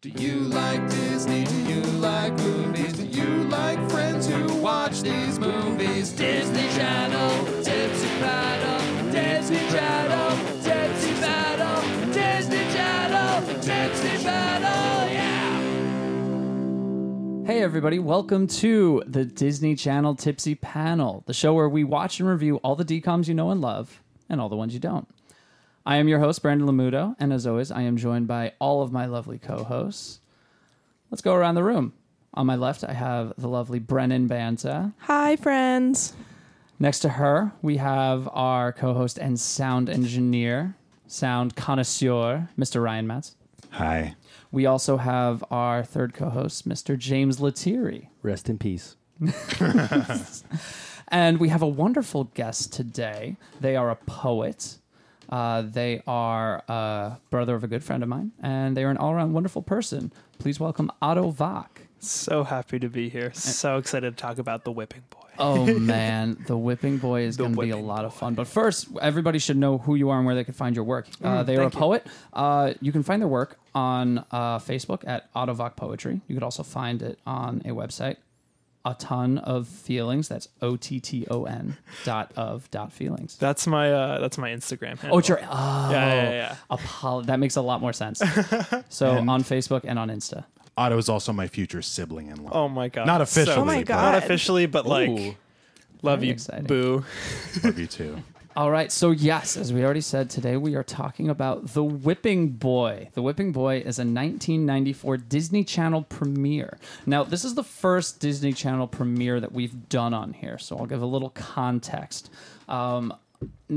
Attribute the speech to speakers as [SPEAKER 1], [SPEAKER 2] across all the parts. [SPEAKER 1] Do you like Disney? Do you like movies? Do you like friends who watch these movies? Disney Channel, Tipsy Paddle, Disney Channel, Tipsy Paddle, Disney Channel, Tipsy Paddle, yeah!
[SPEAKER 2] Hey, everybody, welcome to the Disney Channel Tipsy Panel, the show where we watch and review all the DCOMs you know and love and all the ones you don't. I am your host, Brandon Lamuto, and as always, I am joined by all of my lovely co hosts. Let's go around the room. On my left, I have the lovely Brennan Banta.
[SPEAKER 3] Hi, friends.
[SPEAKER 2] Next to her, we have our co host and sound engineer, sound connoisseur, Mr. Ryan Matz.
[SPEAKER 4] Hi.
[SPEAKER 2] We also have our third co host, Mr. James Lethierry.
[SPEAKER 5] Rest in peace.
[SPEAKER 2] And we have a wonderful guest today. They are a poet. Uh, they are a brother of a good friend of mine, and they are an all around wonderful person. Please welcome Otto Vach.
[SPEAKER 6] So happy to be here. So excited to talk about the whipping boy.
[SPEAKER 2] Oh man, the Whipping Boy is going to be a
[SPEAKER 6] Whipping
[SPEAKER 2] lot of fun. But first, everybody should know who you are and where they can find your work. Uh, they are a
[SPEAKER 6] Mm, thank you.
[SPEAKER 2] poet. Uh, you can find their work on uh, Facebook at Otto Vach Poetry. You could also find it on a website, a ton of feelings. That's O T T O N dot of dot feelings.
[SPEAKER 6] That's my uh that's my Instagram handle.
[SPEAKER 2] Oh, it's your oh,
[SPEAKER 6] yeah, yeah, yeah.
[SPEAKER 2] Apolo- that makes a lot more sense. So on Facebook and on Insta.
[SPEAKER 4] Otto is also my future sibling in law.
[SPEAKER 6] Oh my god.
[SPEAKER 4] Not
[SPEAKER 6] So-
[SPEAKER 4] officially.
[SPEAKER 3] Oh my
[SPEAKER 4] but
[SPEAKER 3] God.
[SPEAKER 6] Not officially, but like
[SPEAKER 5] Ooh.
[SPEAKER 6] love
[SPEAKER 2] Very
[SPEAKER 6] you
[SPEAKER 2] exciting.
[SPEAKER 6] boo.
[SPEAKER 4] Love you too.
[SPEAKER 2] All right, so yes, as we already said today, we are talking about The Whipping Boy. The Whipping Boy is a 1994 Disney Channel premiere. Now, this is the first Disney Channel premiere that we've done on here, so I'll give a little context. Um,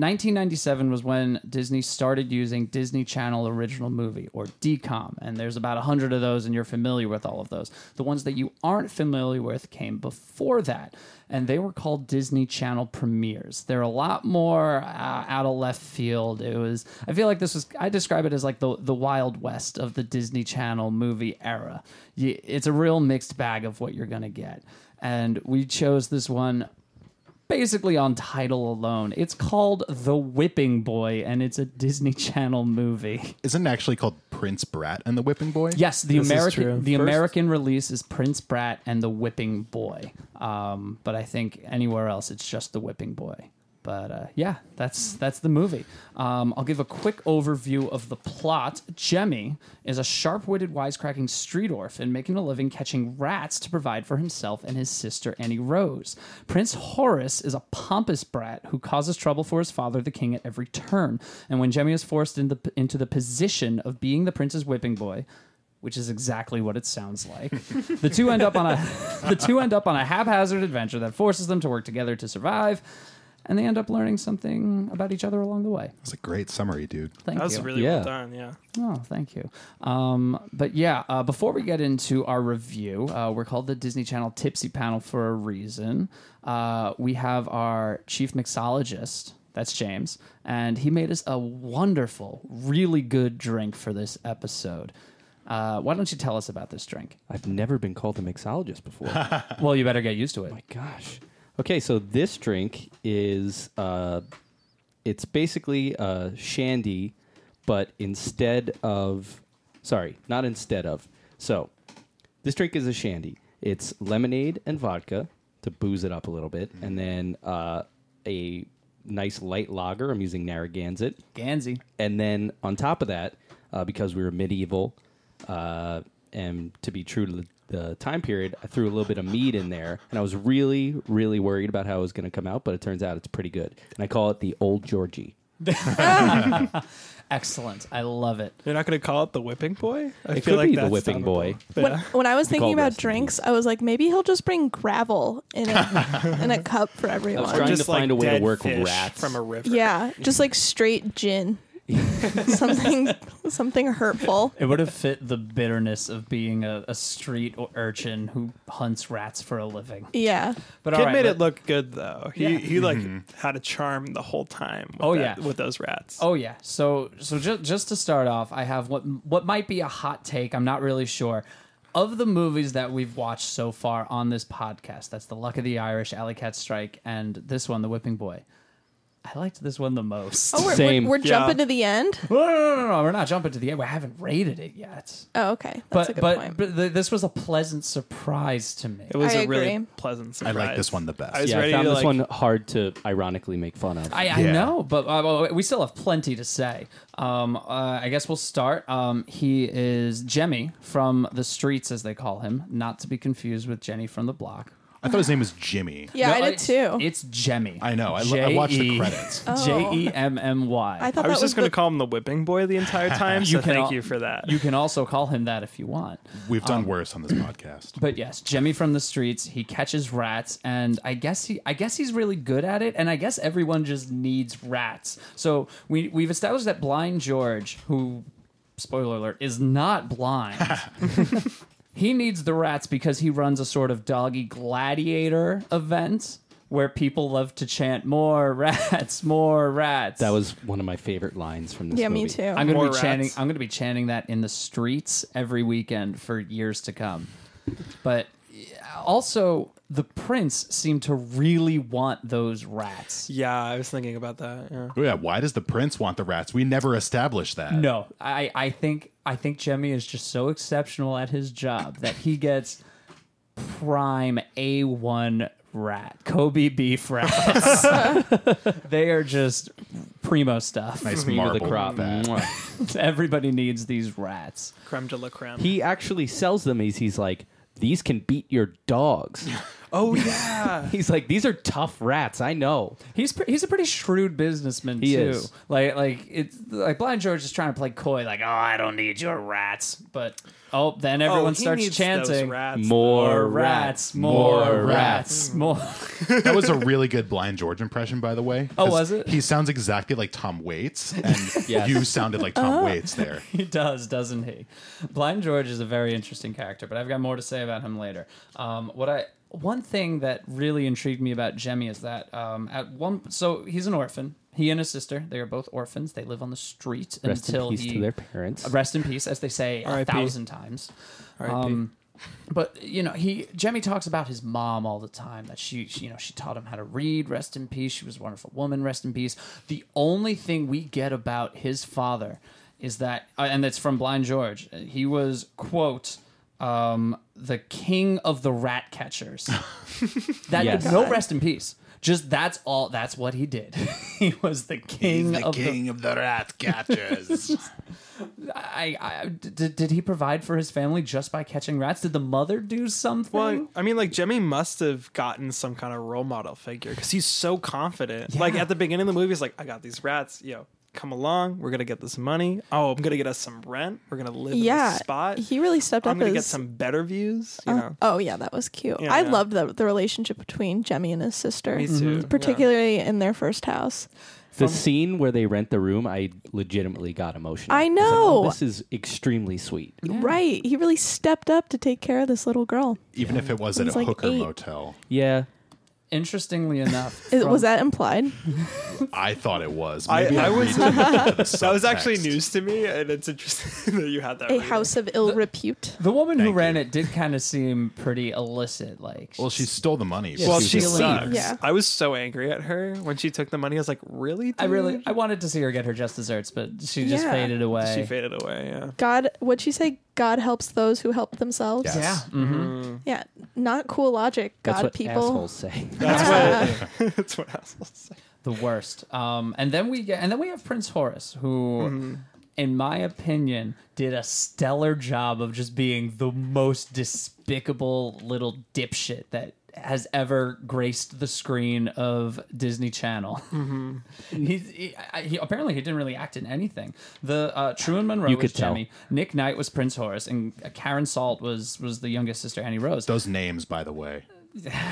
[SPEAKER 2] 1997 was when Disney started using Disney Channel Original Movie or DCOM, and there's about 100 of those, and you're familiar with all of those. The ones that you aren't familiar with came before that, and they were called Disney Channel Premieres. They're a lot more uh, out of left field. It was, I feel like this was, I describe it as like the, the Wild West of the Disney Channel movie era. You, it's a real mixed bag of what you're going to get. And we chose this one basically on title alone. It's called The Whipping Boy, and it's a Disney Channel movie.
[SPEAKER 4] Isn't it actually called Prince Brat and the Whipping Boy?
[SPEAKER 2] Yes, the
[SPEAKER 6] is true.
[SPEAKER 2] American the
[SPEAKER 6] First-
[SPEAKER 2] American release is Prince Brat and The Whipping Boy. Um, but I think anywhere else it's just The Whipping Boy. But uh, yeah, that's that's the movie. Um, I'll give a quick overview of the plot. Jemmy is a sharp-witted, wisecracking street orphan making a living catching rats to provide for himself and his sister Annie Rose. Prince Horace is a pompous brat who causes trouble for his father, the king, at every turn. And when Jemmy is forced into, into the position of being the prince's whipping boy, which is exactly what it sounds like. the two end up on a the two end up on a haphazard adventure that forces them to work together to survive, and they end up learning something about each other along the way.
[SPEAKER 4] That's a great summary, dude.
[SPEAKER 2] Thank
[SPEAKER 6] That was
[SPEAKER 2] you.
[SPEAKER 6] really
[SPEAKER 5] Yeah.
[SPEAKER 6] well done, yeah.
[SPEAKER 2] Oh, thank you. Um, but yeah, uh, before we get into our review, uh, we're called the Disney Channel Tipsy Panel for a reason. Uh, we have our chief mixologist, that's James, and he made us a wonderful, really good drink for this episode. Uh, why don't you tell us about this drink?
[SPEAKER 5] I've never been called a mixologist before. My
[SPEAKER 2] Well, you better get used to it.
[SPEAKER 5] gosh. Okay, so this drink is uh, it's basically a shandy, but instead of sorry, not instead of. So this drink is a shandy. It's lemonade and vodka to booze it up a little bit, and then uh, a nice light lager. I'm using Narragansett.
[SPEAKER 2] Gansey.
[SPEAKER 5] And then on top of that, uh, because we were medieval, uh, and to be true to the, the time period, I threw a little bit of mead in there, and I was really, really worried about how it was going to come out, but it turns out it's pretty good. And I call it the Old Georgie.
[SPEAKER 2] Excellent. I love it.
[SPEAKER 6] You're not gonna call it the whipping boy? I
[SPEAKER 5] It could be the
[SPEAKER 6] downable.
[SPEAKER 5] Whipping Boy.
[SPEAKER 6] Yeah.
[SPEAKER 3] When I was
[SPEAKER 5] call
[SPEAKER 3] thinking about
[SPEAKER 5] rest in
[SPEAKER 3] drinks, I was like, maybe he'll just bring gravel in a, in a cup for everyone.
[SPEAKER 5] trying to
[SPEAKER 6] Just like
[SPEAKER 5] find a way to
[SPEAKER 6] dead
[SPEAKER 5] work with
[SPEAKER 6] fish
[SPEAKER 5] rats.
[SPEAKER 6] from a river.
[SPEAKER 3] yeah, just like straight gin. something something hurtful.
[SPEAKER 2] It would have fit the bitterness of being a, a street urchin who hunts rats for a living.
[SPEAKER 3] Yeah.
[SPEAKER 2] But
[SPEAKER 6] Kid
[SPEAKER 2] all right,
[SPEAKER 6] made
[SPEAKER 2] let-
[SPEAKER 6] it look good though. He
[SPEAKER 2] Yeah.
[SPEAKER 6] he like
[SPEAKER 5] Mm-hmm.
[SPEAKER 6] had a charm the whole time. With
[SPEAKER 2] Oh,
[SPEAKER 6] that-
[SPEAKER 2] yeah.
[SPEAKER 6] with those rats.
[SPEAKER 2] Oh yeah. So so just just to start off, I have what what might be a hot take. I'm not really sure. Of the movies that we've watched so far on this podcast, that's The Luck of the Irish, Alley Cat Strike, and this one, The Whipping Boy. I liked this one the most.
[SPEAKER 3] Oh, we're,
[SPEAKER 5] Same.
[SPEAKER 3] we're, we're
[SPEAKER 6] Yeah.
[SPEAKER 3] jumping to the end.
[SPEAKER 2] No, no, no, no, no, we're not jumping to the end. We haven't rated it yet.
[SPEAKER 3] Oh, okay. That's
[SPEAKER 2] But
[SPEAKER 3] a good
[SPEAKER 2] but,
[SPEAKER 3] point.
[SPEAKER 2] but th- this was a pleasant surprise to me.
[SPEAKER 6] It was
[SPEAKER 3] I
[SPEAKER 6] a really
[SPEAKER 3] agree.
[SPEAKER 6] pleasant
[SPEAKER 4] I
[SPEAKER 6] surprise.
[SPEAKER 4] like this one the best.
[SPEAKER 6] I was
[SPEAKER 5] Yeah, I
[SPEAKER 6] ready
[SPEAKER 5] found
[SPEAKER 6] to
[SPEAKER 5] this
[SPEAKER 6] like,
[SPEAKER 5] one hard to ironically make fun of.
[SPEAKER 2] I, I
[SPEAKER 4] Yeah.
[SPEAKER 2] know, but uh, well, we still have plenty to say. Um, uh, I guess we'll start. Um, he is Jemmy from the streets, as they call him, not to be confused with Jenny from the block.
[SPEAKER 4] I thought his name was Jimmy.
[SPEAKER 3] yeah,
[SPEAKER 2] No,
[SPEAKER 3] I did
[SPEAKER 2] it's-
[SPEAKER 3] too. Oh.
[SPEAKER 2] It's Jemmy.
[SPEAKER 4] I know. I, lo- I watched the
[SPEAKER 2] J-E-
[SPEAKER 4] credits.
[SPEAKER 2] J E M M Y.
[SPEAKER 3] I thought
[SPEAKER 6] I was just
[SPEAKER 3] that was
[SPEAKER 6] going
[SPEAKER 3] the
[SPEAKER 6] to call him the whipping boy the entire time. so
[SPEAKER 2] can
[SPEAKER 6] thank
[SPEAKER 2] al-
[SPEAKER 6] you for that.
[SPEAKER 2] You can also call him that if you want.
[SPEAKER 4] We've done
[SPEAKER 6] Um,
[SPEAKER 4] worse on this podcast.
[SPEAKER 2] But yes, Jemmy from the streets, he catches rats, and I guess he, I guess he's really good at it, and I guess everyone just needs rats. So we we've established that blind George, who, spoiler alert, is not blind. he needs the rats because he runs a sort of doggy gladiator event where people love to chant more rats, more rats.
[SPEAKER 5] that was one of my favorite lines from this
[SPEAKER 3] yeah,
[SPEAKER 5] movie.
[SPEAKER 3] me too.
[SPEAKER 2] I'm gonna
[SPEAKER 6] More
[SPEAKER 2] be chanting.
[SPEAKER 6] rats.
[SPEAKER 2] I'm gonna be chanting that in the streets every weekend for years to come. But yeah, also, the prince seemed to really want those rats.
[SPEAKER 6] yeah, I was thinking about that. Yeah.
[SPEAKER 4] Oh, yeah, why does the prince want the rats? We never established that.
[SPEAKER 2] No, I, I think I think Jemmy is just so exceptional at his job that he gets prime A one rat, Kobe beef rats. they are just primo stuff.
[SPEAKER 4] Nice
[SPEAKER 5] Cream of
[SPEAKER 4] marble.
[SPEAKER 5] the crop.
[SPEAKER 4] That.
[SPEAKER 5] Mwah.
[SPEAKER 2] Everybody needs these rats.
[SPEAKER 6] Creme de la creme.
[SPEAKER 5] he actually sells them. He's, he's like, these can beat your dogs.
[SPEAKER 6] oh, yeah.
[SPEAKER 5] he's like, these are tough rats. I know.
[SPEAKER 2] He's pre- he's a pretty shrewd businessman
[SPEAKER 5] He
[SPEAKER 2] too.
[SPEAKER 5] is.
[SPEAKER 2] Like like it's like Blind George is trying to play coy, like oh I don't need your rats, but oh then everyone
[SPEAKER 6] oh, he
[SPEAKER 2] starts
[SPEAKER 6] needs Those
[SPEAKER 2] chanting
[SPEAKER 6] rats.
[SPEAKER 5] More
[SPEAKER 2] more rats,
[SPEAKER 5] rats,
[SPEAKER 2] more
[SPEAKER 5] more
[SPEAKER 2] rats, more.
[SPEAKER 4] that was a really good Blind George impression, by the way.
[SPEAKER 2] Oh,
[SPEAKER 4] 'cause
[SPEAKER 2] was it?
[SPEAKER 4] He sounds exactly like Tom Waits, and
[SPEAKER 5] Yes.
[SPEAKER 4] you sounded like Tom Waits there.
[SPEAKER 2] he does, doesn't he? Blind George is a very interesting character, but I've got more to say about him later. Um, what I one thing that really intrigued me about Jemmy is that um, at one so he's an orphan. He and his sister, they are both orphans. They live on the street
[SPEAKER 5] Rest
[SPEAKER 2] until
[SPEAKER 5] in peace
[SPEAKER 2] he
[SPEAKER 5] to their parents.
[SPEAKER 2] rest in peace, as they say a
[SPEAKER 6] R.I.P..
[SPEAKER 2] thousand times. Um,
[SPEAKER 6] R.I.P..
[SPEAKER 2] but you know, he Jemmy talks about his mom all the time. That she, she, you know, she taught him how to read. Rest in peace. She was a wonderful woman. Rest in peace. The only thing we get about his father is that, uh, and that's from Blind George. He was quote. Um, the king of the rat catchers. That
[SPEAKER 5] Yes.
[SPEAKER 2] no rest in peace. Just that's all. That's what he did. he was the king of the
[SPEAKER 4] of the rat catchers.
[SPEAKER 2] I, I did, did he provide for his family just by catching rats? Did the mother do something?
[SPEAKER 6] Well, I mean, like Jimmy must have gotten some kind of role model figure because he's so confident. Like at the beginning of the movie, he's like, "I got these rats, yo, come along. We're gonna get this money. Oh, I'm gonna get us some rent. We're gonna live in
[SPEAKER 3] yeah.
[SPEAKER 6] this spot.
[SPEAKER 3] He really stepped
[SPEAKER 6] I'm
[SPEAKER 3] up.
[SPEAKER 6] gonna
[SPEAKER 3] as,
[SPEAKER 6] get some better views. You know,
[SPEAKER 3] Oh yeah, that was cute.
[SPEAKER 6] Yeah,
[SPEAKER 3] I
[SPEAKER 6] yeah.
[SPEAKER 3] loved the the relationship between Jemmy and his sister,
[SPEAKER 6] me too.
[SPEAKER 3] particularly in their first house.
[SPEAKER 5] the scene where they rent the room, I legitimately got emotional.
[SPEAKER 3] I
[SPEAKER 5] was like, oh,
[SPEAKER 3] know.
[SPEAKER 5] this is extremely sweet.
[SPEAKER 3] Right, he really stepped up to take care of this little girl.
[SPEAKER 4] Even if it was at
[SPEAKER 3] It's
[SPEAKER 4] a
[SPEAKER 3] like
[SPEAKER 4] hooker
[SPEAKER 3] eight.
[SPEAKER 4] motel,
[SPEAKER 5] Yeah.
[SPEAKER 2] Interestingly enough,
[SPEAKER 3] Is-
[SPEAKER 2] from-
[SPEAKER 3] was that implied?
[SPEAKER 4] I thought it was.
[SPEAKER 6] I-
[SPEAKER 4] Maybe I,
[SPEAKER 6] I was-
[SPEAKER 4] was. that
[SPEAKER 6] That was actually news to me, and it's interesting that you had that.
[SPEAKER 3] A
[SPEAKER 6] reading.
[SPEAKER 3] house of ill repute.
[SPEAKER 2] the woman who
[SPEAKER 4] Thank
[SPEAKER 2] ran
[SPEAKER 4] you.
[SPEAKER 2] it did kind of seem pretty illicit? Like,
[SPEAKER 4] Well, she stole the money.
[SPEAKER 6] Well,
[SPEAKER 5] She
[SPEAKER 6] she
[SPEAKER 5] was
[SPEAKER 6] sucks.
[SPEAKER 3] Yeah.
[SPEAKER 6] I was so angry at her when she took the money. I was like, "Really?
[SPEAKER 2] I really,
[SPEAKER 6] dude?"
[SPEAKER 2] I wanted to see her get her just desserts, but she just
[SPEAKER 3] Mm. Yeah.
[SPEAKER 2] faded away.
[SPEAKER 6] She faded away. Yeah.
[SPEAKER 3] God, what'd she say? God helps those who help themselves.
[SPEAKER 4] Yes.
[SPEAKER 2] yeah,
[SPEAKER 4] Mm-hmm.
[SPEAKER 2] mhm.
[SPEAKER 3] Yeah, not cool logic.
[SPEAKER 5] That's
[SPEAKER 3] God,
[SPEAKER 5] what
[SPEAKER 3] people.
[SPEAKER 5] assholes say.
[SPEAKER 6] That's what. that's what assholes say.
[SPEAKER 2] the worst. Um, and then we get, and then we have Prince Horace, who. In my opinion, did a stellar job of just being the most despicable little dipshit that has ever graced the screen of Disney Channel. He's, he, I- he apparently he didn't really act in anything. The uh, Truman Monroe
[SPEAKER 5] You
[SPEAKER 2] was
[SPEAKER 5] could tell.
[SPEAKER 2] Jemmy, Nick Knight was Prince Horace, and Karen Salt was was the youngest sister Annie Rose.
[SPEAKER 4] Those names, by the way.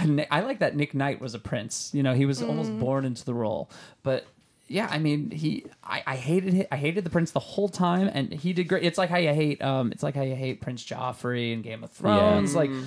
[SPEAKER 2] Ni- I like that Nick Knight was a prince. You know, he was almost born into the role. But yeah, I mean, he I, I hated hi- I hated the prince the whole time, and he did great. It's like how you hate um, it's like how you hate Prince Joffrey and Game of Thrones. Like you,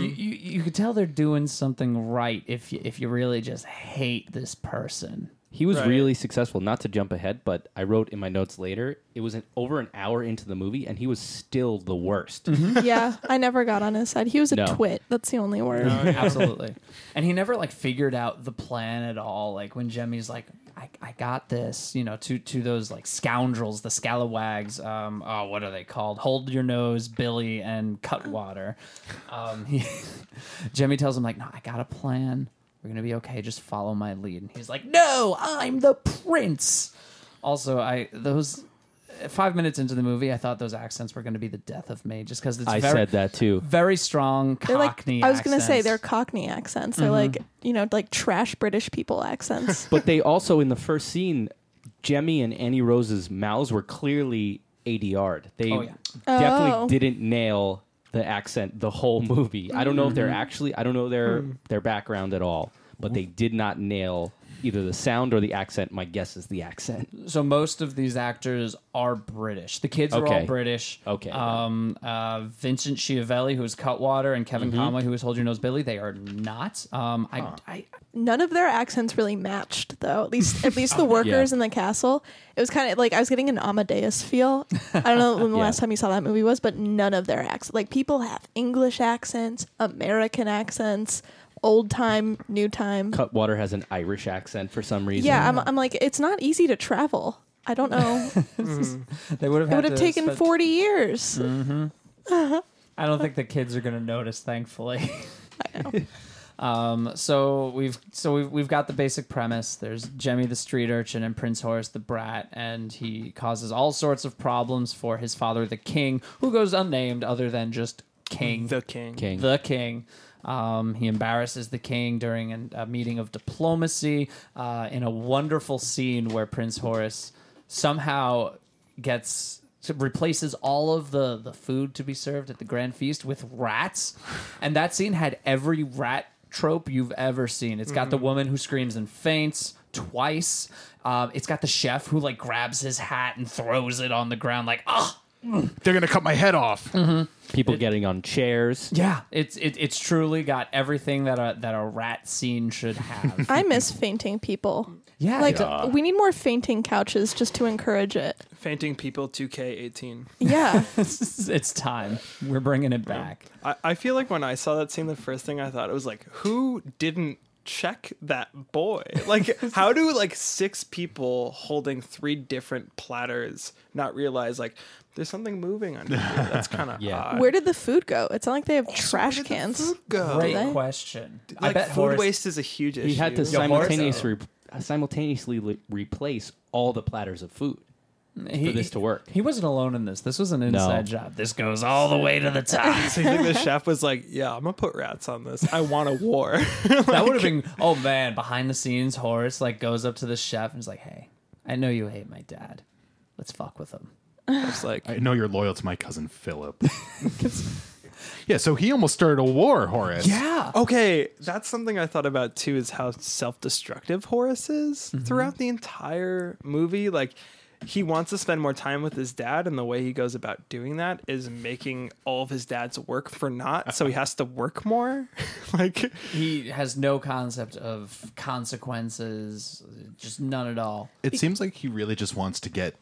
[SPEAKER 2] you you could tell they're doing something right if you if you really just hate this person.
[SPEAKER 5] He was
[SPEAKER 6] Right.
[SPEAKER 5] really successful. Not to jump ahead, but I wrote in my notes later. It was an, over an hour into the movie, and he was still the worst.
[SPEAKER 2] Mm-hmm.
[SPEAKER 3] yeah, I never got on his side. He was a
[SPEAKER 5] No.
[SPEAKER 3] twit. That's the only word.
[SPEAKER 2] Absolutely. And he never like figured out the plan at all. Like when Jemmy's like, I I, I got this, you know, to to those like scoundrels, the scalawags. Um, oh, what are they called? Hold your nose, Billy, and Cutwater. Um, he, Jimmy tells him like, no, I got a plan. We're gonna be okay. Just follow my lead. And he's like, no, I'm the prince. Also, I those. Five minutes into the movie, I thought those accents were going to be the death of me, just because it's
[SPEAKER 5] I
[SPEAKER 2] very,
[SPEAKER 5] said that too.
[SPEAKER 2] very strong
[SPEAKER 3] They're like
[SPEAKER 2] Cockney.
[SPEAKER 3] I was gonna
[SPEAKER 2] accents.
[SPEAKER 3] say
[SPEAKER 2] Mm-hmm.
[SPEAKER 3] they're Cockney accents. They're like you know like trash British people accents.
[SPEAKER 5] But they also in the first scene, Jemmy and Annie Rose's mouths were clearly ADR'd. They
[SPEAKER 2] Oh, yeah.
[SPEAKER 5] definitely
[SPEAKER 3] Oh.
[SPEAKER 5] didn't nail the accent the whole movie. I don't know if they're
[SPEAKER 2] Mm-hmm.
[SPEAKER 5] actually I don't know their
[SPEAKER 2] Hmm.
[SPEAKER 5] their background at all, but they did not nail either the sound or the accent. My guess is the accent.
[SPEAKER 2] so most of these actors are British. The kids are all
[SPEAKER 5] Okay.
[SPEAKER 2] British.
[SPEAKER 5] Okay.
[SPEAKER 2] Um, uh, Vincent Schiavelli, who is Cutwater, and
[SPEAKER 5] Mm-hmm.
[SPEAKER 2] Kevin Conway, who is Hold Your Nose Billy, they are not. Um, I, I,
[SPEAKER 3] None of their accents really matched though. At least at least the workers in the castle. It was kind of like I was getting an Amadeus feel. I don't know when the last time you saw that movie was, but none of their accents. Like people have English accents, American accents, old time, new time.
[SPEAKER 5] Cutwater has an Irish accent for some reason.
[SPEAKER 3] yeah, I'm, I'm like it's not easy to travel. I don't know.
[SPEAKER 2] they would have.
[SPEAKER 3] it would have taken 40 years.
[SPEAKER 2] I don't think the kids are going to notice, thankfully. um, so we've so we've we've got the basic premise. There's Jemmy the street urchin and Prince Horace the brat, and he causes all sorts of problems for his father, the king, who goes unnamed, other than just king.
[SPEAKER 6] The king.
[SPEAKER 5] King.
[SPEAKER 2] The king. Um, he embarrasses the king during an, a meeting of diplomacy uh, in a wonderful scene where Prince Horace somehow gets replaces all of the the food to be served at the grand feast with rats, and that scene had every rat trope you've ever seen. It's got the woman who screams and faints twice. Um, it's got the chef who like grabs his hat and throws it on the ground like ah.
[SPEAKER 4] They're gonna cut my head off.
[SPEAKER 5] People getting on chairs.
[SPEAKER 2] Yeah, it's it, it's truly got everything that a that a rat scene should have.
[SPEAKER 3] I miss fainting people.
[SPEAKER 2] Yeah,
[SPEAKER 3] Like
[SPEAKER 5] uh,
[SPEAKER 4] Yeah.
[SPEAKER 3] we need more fainting couches just to encourage it.
[SPEAKER 6] Fainting people 2K18.
[SPEAKER 3] Yeah.
[SPEAKER 2] it's, it's time. We're bringing it back.
[SPEAKER 6] I, I feel like when I saw that scene, the first thing I thought it was like, who didn't check that boy? Like, how do like six people holding three different platters not realize like there's something moving under here? That's kind of
[SPEAKER 5] Yeah.
[SPEAKER 6] odd.
[SPEAKER 3] Where did the food go? It's not like they have trash
[SPEAKER 6] Where did the
[SPEAKER 3] cans.
[SPEAKER 6] food go?
[SPEAKER 2] Great
[SPEAKER 3] Right.
[SPEAKER 2] question. I
[SPEAKER 6] Like
[SPEAKER 2] bet
[SPEAKER 6] food
[SPEAKER 2] Horace-
[SPEAKER 6] waste is a huge issue.
[SPEAKER 5] He had to
[SPEAKER 2] Yo, uh, Horace-
[SPEAKER 5] simultaneously re- uh, simultaneously le- replace all the platters of food.
[SPEAKER 2] he,
[SPEAKER 5] this to work.
[SPEAKER 2] He wasn't alone in this. This was an inside job. This goes all the way to the top.
[SPEAKER 6] So you think the chef was like, "Yeah, I'm gonna put rats on this. I want a war."
[SPEAKER 2] that would have been oh man, behind the scenes Horace like goes up to the chef and is like, "Hey, I know you hate my dad. Let's fuck with him."
[SPEAKER 6] It's like,
[SPEAKER 4] I know you're loyal to my cousin Philip. yeah, so he almost started a war, Horace.
[SPEAKER 2] Yeah.
[SPEAKER 6] okay, that's something I thought about too. Is how self-destructive Horace is throughout the entire movie. Like, he wants to spend more time with his dad, and the way he goes about doing that is making all of his dad's work for naught. So he has to work more. like,
[SPEAKER 2] He has no concept of consequences, just none at all.
[SPEAKER 4] It seems like he really just wants to get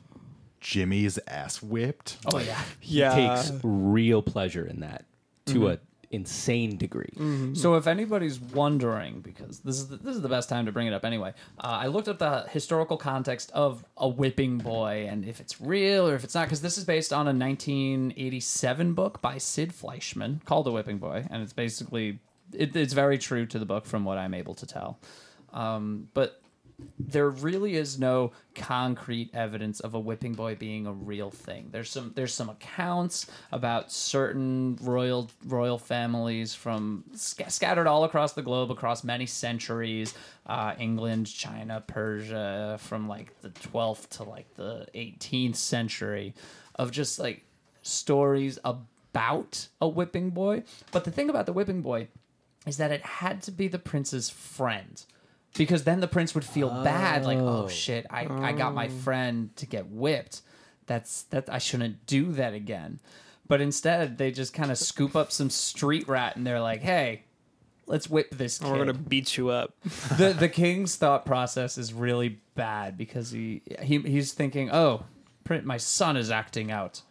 [SPEAKER 4] Jimmy's ass whipped.
[SPEAKER 2] Oh yeah.
[SPEAKER 6] yeah,
[SPEAKER 5] takes real pleasure in that to a insane degree.
[SPEAKER 2] So, if anybody's wondering, because this is the, this is the best time to bring it up anyway, uh, I looked up the historical context of a whipping boy and if it's real or if it's not, because this is based on a 1987 book by Sid Fleischman called "The Whipping Boy," and it's basically it, it's very true to the book from what I'm able to tell. Um, but there really is no concrete evidence of a whipping boy being a real thing. There's some there's some accounts about certain royal royal families from sc- scattered all across the globe, across many centuries, uh, England, China, Persia, from like the 12th to like the 18th century, of just like stories about a whipping boy. But the thing about the whipping boy is that it had to be the prince's friend because then the prince would feel bad like oh shit I, I got
[SPEAKER 6] Oh.
[SPEAKER 2] my friend to get whipped that's that i shouldn't do that again but instead they just kind of scoop up some street rat and they're like hey let's whip this kid
[SPEAKER 6] we're gonna beat you up.
[SPEAKER 2] the the king's thought process is really bad because he, he he's thinking, "Oh, print my son is acting out.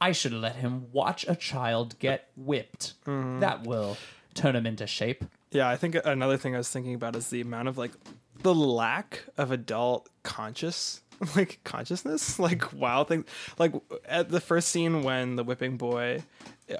[SPEAKER 2] I should let him watch a child get whipped.
[SPEAKER 6] Mm-hmm.
[SPEAKER 2] That will turn him into shape."
[SPEAKER 6] Yeah, I think another thing I was thinking about is the amount of like the lack of adult conscious like consciousness like wow things like at the first scene when the whipping boy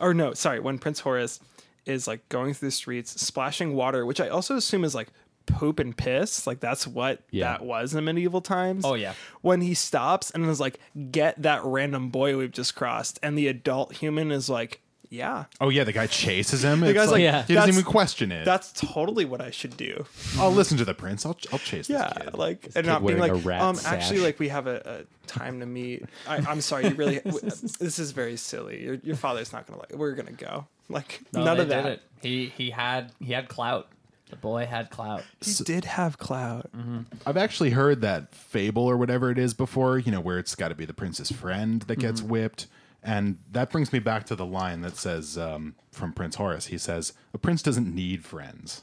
[SPEAKER 6] or no sorry when prince horace is like going through the streets splashing water which i also assume is like poop and piss like that's what
[SPEAKER 5] Yeah.
[SPEAKER 6] that was in medieval times
[SPEAKER 2] Oh, yeah.
[SPEAKER 6] when he stops and is like get that random boy we've just crossed and the adult human is like yeah
[SPEAKER 4] Oh yeah, the guy chases him. The
[SPEAKER 6] guy's like, Yeah.
[SPEAKER 4] he doesn't
[SPEAKER 6] that's-
[SPEAKER 4] even question it.
[SPEAKER 6] that's totally what i should do
[SPEAKER 4] I'll listen to the prince. I'll, I'll chase
[SPEAKER 6] yeah
[SPEAKER 4] this kid.
[SPEAKER 6] like and
[SPEAKER 5] kid
[SPEAKER 6] not being like
[SPEAKER 5] wearing a rat
[SPEAKER 6] um
[SPEAKER 5] sash.
[SPEAKER 6] actually like we have a, a time to meet I, i'm sorry you really w- this is very silly your, your father's not gonna like we're gonna go like
[SPEAKER 2] No,
[SPEAKER 6] none
[SPEAKER 2] they
[SPEAKER 6] of that
[SPEAKER 2] Did it. He he had he had clout. The boy had clout.
[SPEAKER 6] he did have clout
[SPEAKER 4] I've actually heard that fable or whatever it is before, you know, where it's got to be the prince's friend that gets whipped. And that brings me back to the line that says um, from Prince Horace. He says, "A prince doesn't need friends."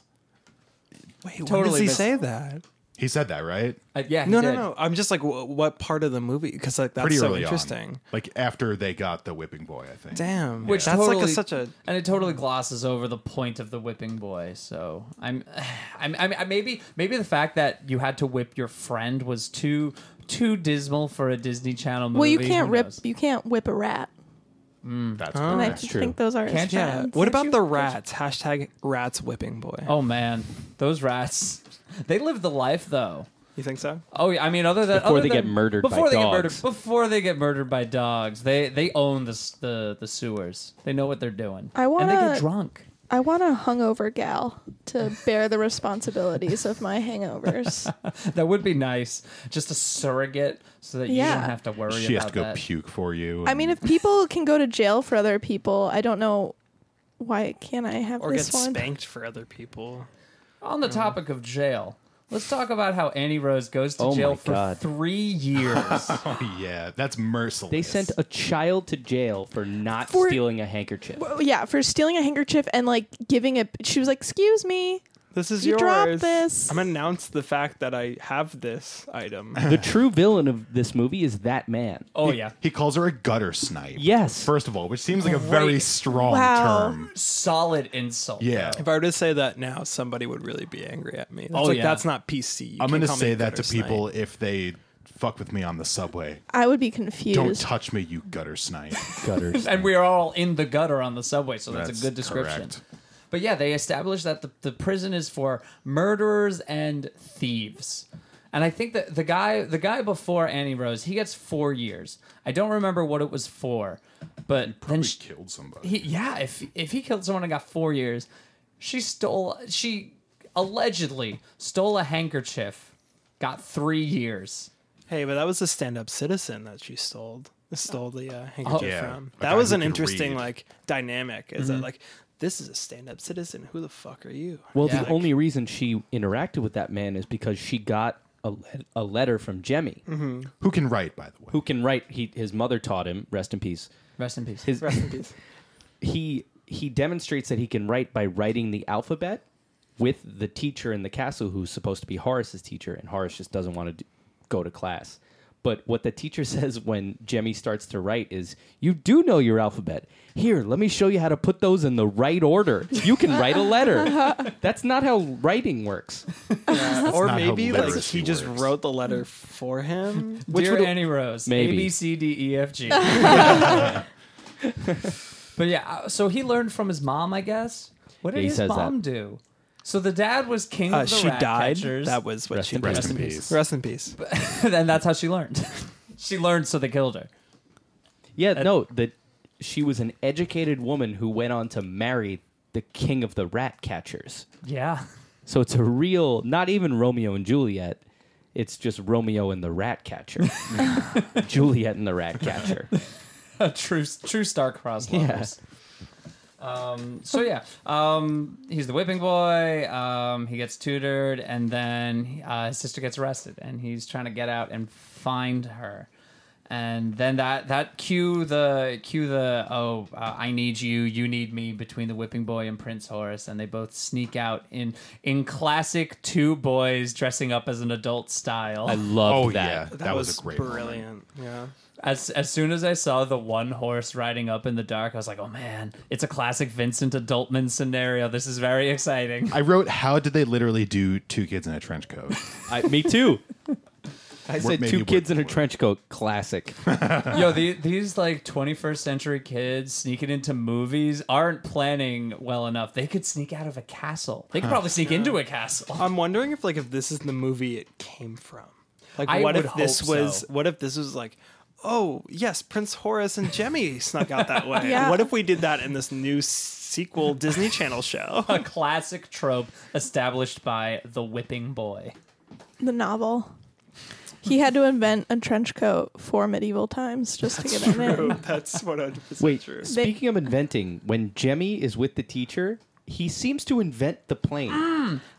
[SPEAKER 6] wait totally when does
[SPEAKER 2] Totally
[SPEAKER 6] he
[SPEAKER 2] missed-
[SPEAKER 6] say that
[SPEAKER 4] He said that, right?
[SPEAKER 2] Uh, yeah, he
[SPEAKER 6] no no
[SPEAKER 2] did.
[SPEAKER 6] no i'm just like w- what part of the movie because like that's
[SPEAKER 4] Pretty
[SPEAKER 6] so
[SPEAKER 4] early
[SPEAKER 6] interesting
[SPEAKER 4] on, like after they got the whipping boy. I think.
[SPEAKER 6] damn
[SPEAKER 2] Which
[SPEAKER 6] that's
[SPEAKER 2] totally,
[SPEAKER 6] like a, such a
[SPEAKER 2] and it totally glosses over the point of the whipping boy. So I'm, I'm, I'm, I maybe maybe the fact that you had to whip your friend was too too dismal for a Disney Channel movie.
[SPEAKER 3] Well, you
[SPEAKER 2] Who
[SPEAKER 3] can't rip.
[SPEAKER 2] knows?
[SPEAKER 3] You can't whip a rat.
[SPEAKER 4] That's
[SPEAKER 6] Oh,
[SPEAKER 3] And I
[SPEAKER 4] correct.
[SPEAKER 3] just
[SPEAKER 5] true.
[SPEAKER 3] think those are his
[SPEAKER 2] Can't you?
[SPEAKER 6] yeah
[SPEAKER 3] friends.
[SPEAKER 6] what about the rats hashtag rats whipping boy
[SPEAKER 2] Oh man, those rats. They live the life though.
[SPEAKER 6] you think so
[SPEAKER 2] Oh yeah, I mean, other than
[SPEAKER 5] Before
[SPEAKER 2] other
[SPEAKER 5] they get
[SPEAKER 2] than-
[SPEAKER 5] murdered by
[SPEAKER 2] before they get murdered,
[SPEAKER 5] dogs.
[SPEAKER 2] before they get murdered by dogs, they they own the s- the the sewers. They know what they're doing.
[SPEAKER 3] I
[SPEAKER 2] and they
[SPEAKER 3] wanna-
[SPEAKER 2] get drunk.
[SPEAKER 3] I want a hungover gal to bear the responsibilities of my hangovers.
[SPEAKER 2] That would be nice, just a surrogate, so that you
[SPEAKER 3] Yeah.
[SPEAKER 2] don't have to worry
[SPEAKER 4] She
[SPEAKER 2] about
[SPEAKER 4] has to go
[SPEAKER 2] that.
[SPEAKER 4] puke for you.
[SPEAKER 3] I mean,
[SPEAKER 4] and-
[SPEAKER 3] if people can go to jail for other people, I don't know why can't I have
[SPEAKER 6] or get
[SPEAKER 3] this one.
[SPEAKER 6] spanked for other people
[SPEAKER 2] On the topic of jail, let's talk about how Annie Rose goes to
[SPEAKER 5] Oh my
[SPEAKER 2] jail for
[SPEAKER 5] God.
[SPEAKER 2] three years.
[SPEAKER 4] Oh, yeah, that's merciless.
[SPEAKER 5] They sent a child to jail for not
[SPEAKER 3] For-
[SPEAKER 5] stealing a handkerchief.
[SPEAKER 3] Oh, yeah, for stealing a handkerchief and like giving it. She was like, "Excuse me."
[SPEAKER 6] This is
[SPEAKER 3] You
[SPEAKER 6] yours.
[SPEAKER 3] dropped this.
[SPEAKER 6] I'm announce the fact that I have this item.
[SPEAKER 5] the true villain of this movie is that man.
[SPEAKER 2] oh yeah,
[SPEAKER 4] He calls her a gutter snipe.
[SPEAKER 5] Yes.
[SPEAKER 4] First of all, which seems like a very
[SPEAKER 2] Great.
[SPEAKER 4] strong
[SPEAKER 3] Wow.
[SPEAKER 4] term.
[SPEAKER 2] solid insult.
[SPEAKER 4] Yeah.
[SPEAKER 6] if I were to say that now, somebody would really be angry at me. That's
[SPEAKER 2] Oh,
[SPEAKER 6] like,
[SPEAKER 2] yeah.
[SPEAKER 6] That's not PC. You
[SPEAKER 4] I'm
[SPEAKER 6] can't
[SPEAKER 4] going to
[SPEAKER 6] call me
[SPEAKER 4] say that to
[SPEAKER 6] gutter snipe.
[SPEAKER 4] people if they fuck with me on the subway.
[SPEAKER 3] I would be confused.
[SPEAKER 4] Don't touch me, you gutter snipe.
[SPEAKER 5] Gutters.
[SPEAKER 2] and we are all in the gutter on the subway, so that's,
[SPEAKER 4] That's
[SPEAKER 2] a good description.
[SPEAKER 4] correct.
[SPEAKER 2] But yeah, they established that the, the prison is for murderers and thieves. And I think that the guy the guy before Annie Rose, he gets four years. I don't remember what it was for, but then
[SPEAKER 4] We
[SPEAKER 2] she,
[SPEAKER 4] killed somebody.
[SPEAKER 2] he yeah if if he killed someone and got four years she stole she allegedly stole a handkerchief got three years
[SPEAKER 6] Hey, but that was a stand-up citizen that she stole. Stole the uh, handkerchief
[SPEAKER 4] Oh, Yeah.
[SPEAKER 6] from.
[SPEAKER 4] A guy
[SPEAKER 6] That was
[SPEAKER 4] who
[SPEAKER 6] an
[SPEAKER 4] could
[SPEAKER 6] interesting
[SPEAKER 4] read. Mm-hmm.
[SPEAKER 6] like dynamic. Is that like this is a stand-up citizen? Who the fuck are you?
[SPEAKER 5] Well,
[SPEAKER 2] Yeah.
[SPEAKER 5] the only reason she interacted with that man is because she got a, le- a letter from Jemmy,
[SPEAKER 4] Who can write, by the way?
[SPEAKER 5] who can write. He, his mother taught him. Rest in peace.
[SPEAKER 2] rest in peace
[SPEAKER 5] His,
[SPEAKER 6] Rest in peace.
[SPEAKER 5] he he demonstrates that he can write by writing the alphabet with the teacher in the castle who's supposed to be Horace's teacher, and Horace just doesn't want to d go to class. But what the teacher says when Jemmy starts to write is, "You do know your alphabet. Here, let me show you how to put those in the right order. You can write a letter. That's not how writing works."
[SPEAKER 6] or
[SPEAKER 4] not how
[SPEAKER 6] maybe like
[SPEAKER 4] literacy
[SPEAKER 6] he just
[SPEAKER 4] works.
[SPEAKER 6] wrote the letter for him. Uh,
[SPEAKER 2] which Dear Annie Rose
[SPEAKER 5] Maybe.
[SPEAKER 2] A B C D E F G but yeah uh, so he learned from his mom I guess what did
[SPEAKER 5] Yeah, he
[SPEAKER 2] his
[SPEAKER 5] says that.
[SPEAKER 2] mom do so the dad was king
[SPEAKER 6] Uh,
[SPEAKER 2] of the
[SPEAKER 6] she
[SPEAKER 2] rat
[SPEAKER 6] died.
[SPEAKER 2] catchers
[SPEAKER 6] That was what
[SPEAKER 5] Rest
[SPEAKER 6] she
[SPEAKER 5] in
[SPEAKER 6] did.
[SPEAKER 4] Rest
[SPEAKER 2] Rest
[SPEAKER 4] in
[SPEAKER 2] in
[SPEAKER 4] peace.
[SPEAKER 6] Rest in peace.
[SPEAKER 2] and that's how she learned she learned so they killed her
[SPEAKER 5] Yeah, no, that she was an educated woman who went on to marry the king of the rat catchers.
[SPEAKER 2] yeah
[SPEAKER 5] So it's a real, not even Romeo and Juliet. It's just Romeo and the rat catcher. Juliet and the rat catcher.
[SPEAKER 2] a true true star-crossed lovers. Um, so yeah, um, he's the whipping boy. Um, he gets tutored, and then uh, his sister gets arrested, and he's trying to get out and find her. And then that that cue the cue the oh uh, I need you you need me between the whipping boy and Prince Horace, and they both sneak out in in classic two boys dressing up as an adult style.
[SPEAKER 5] I love
[SPEAKER 4] Oh,
[SPEAKER 5] that.
[SPEAKER 4] yeah. That, was, a great moment.
[SPEAKER 6] brilliant. Yeah.
[SPEAKER 2] As as soon as I saw the one horse riding up in the dark, I was like, "Oh man, it's a classic Vincent Adultman scenario. This is very exciting."
[SPEAKER 4] I wrote, "How did they literally do two kids in a trench coat?"
[SPEAKER 5] I, me too. I said
[SPEAKER 4] maybe
[SPEAKER 5] two
[SPEAKER 4] work
[SPEAKER 5] kids in a
[SPEAKER 4] for it.
[SPEAKER 5] trench coat. Classic.
[SPEAKER 2] Yo, the, these like 21st century kids sneaking into movies aren't planning well enough. They could sneak out of a castle. They could probably sneak into a castle.
[SPEAKER 6] I'm wondering if like if this is the movie it came from. Like
[SPEAKER 2] I
[SPEAKER 6] what
[SPEAKER 2] would
[SPEAKER 6] if this
[SPEAKER 2] hope
[SPEAKER 6] was
[SPEAKER 2] so.
[SPEAKER 6] what if this was like oh yes Prince Horace and Jemmy snuck out that way.
[SPEAKER 3] Yeah.
[SPEAKER 6] What if we did that in this new sequel Disney Channel show?
[SPEAKER 2] A classic trope established by the whipping boy.
[SPEAKER 3] the novel. He had to invent a trench coat for medieval times just to get it
[SPEAKER 2] Oh,
[SPEAKER 3] in.
[SPEAKER 6] That's 100 percent
[SPEAKER 5] Wait,
[SPEAKER 6] true.
[SPEAKER 5] speaking of inventing, when Jemmy is with the teacher, he seems to invent the plane.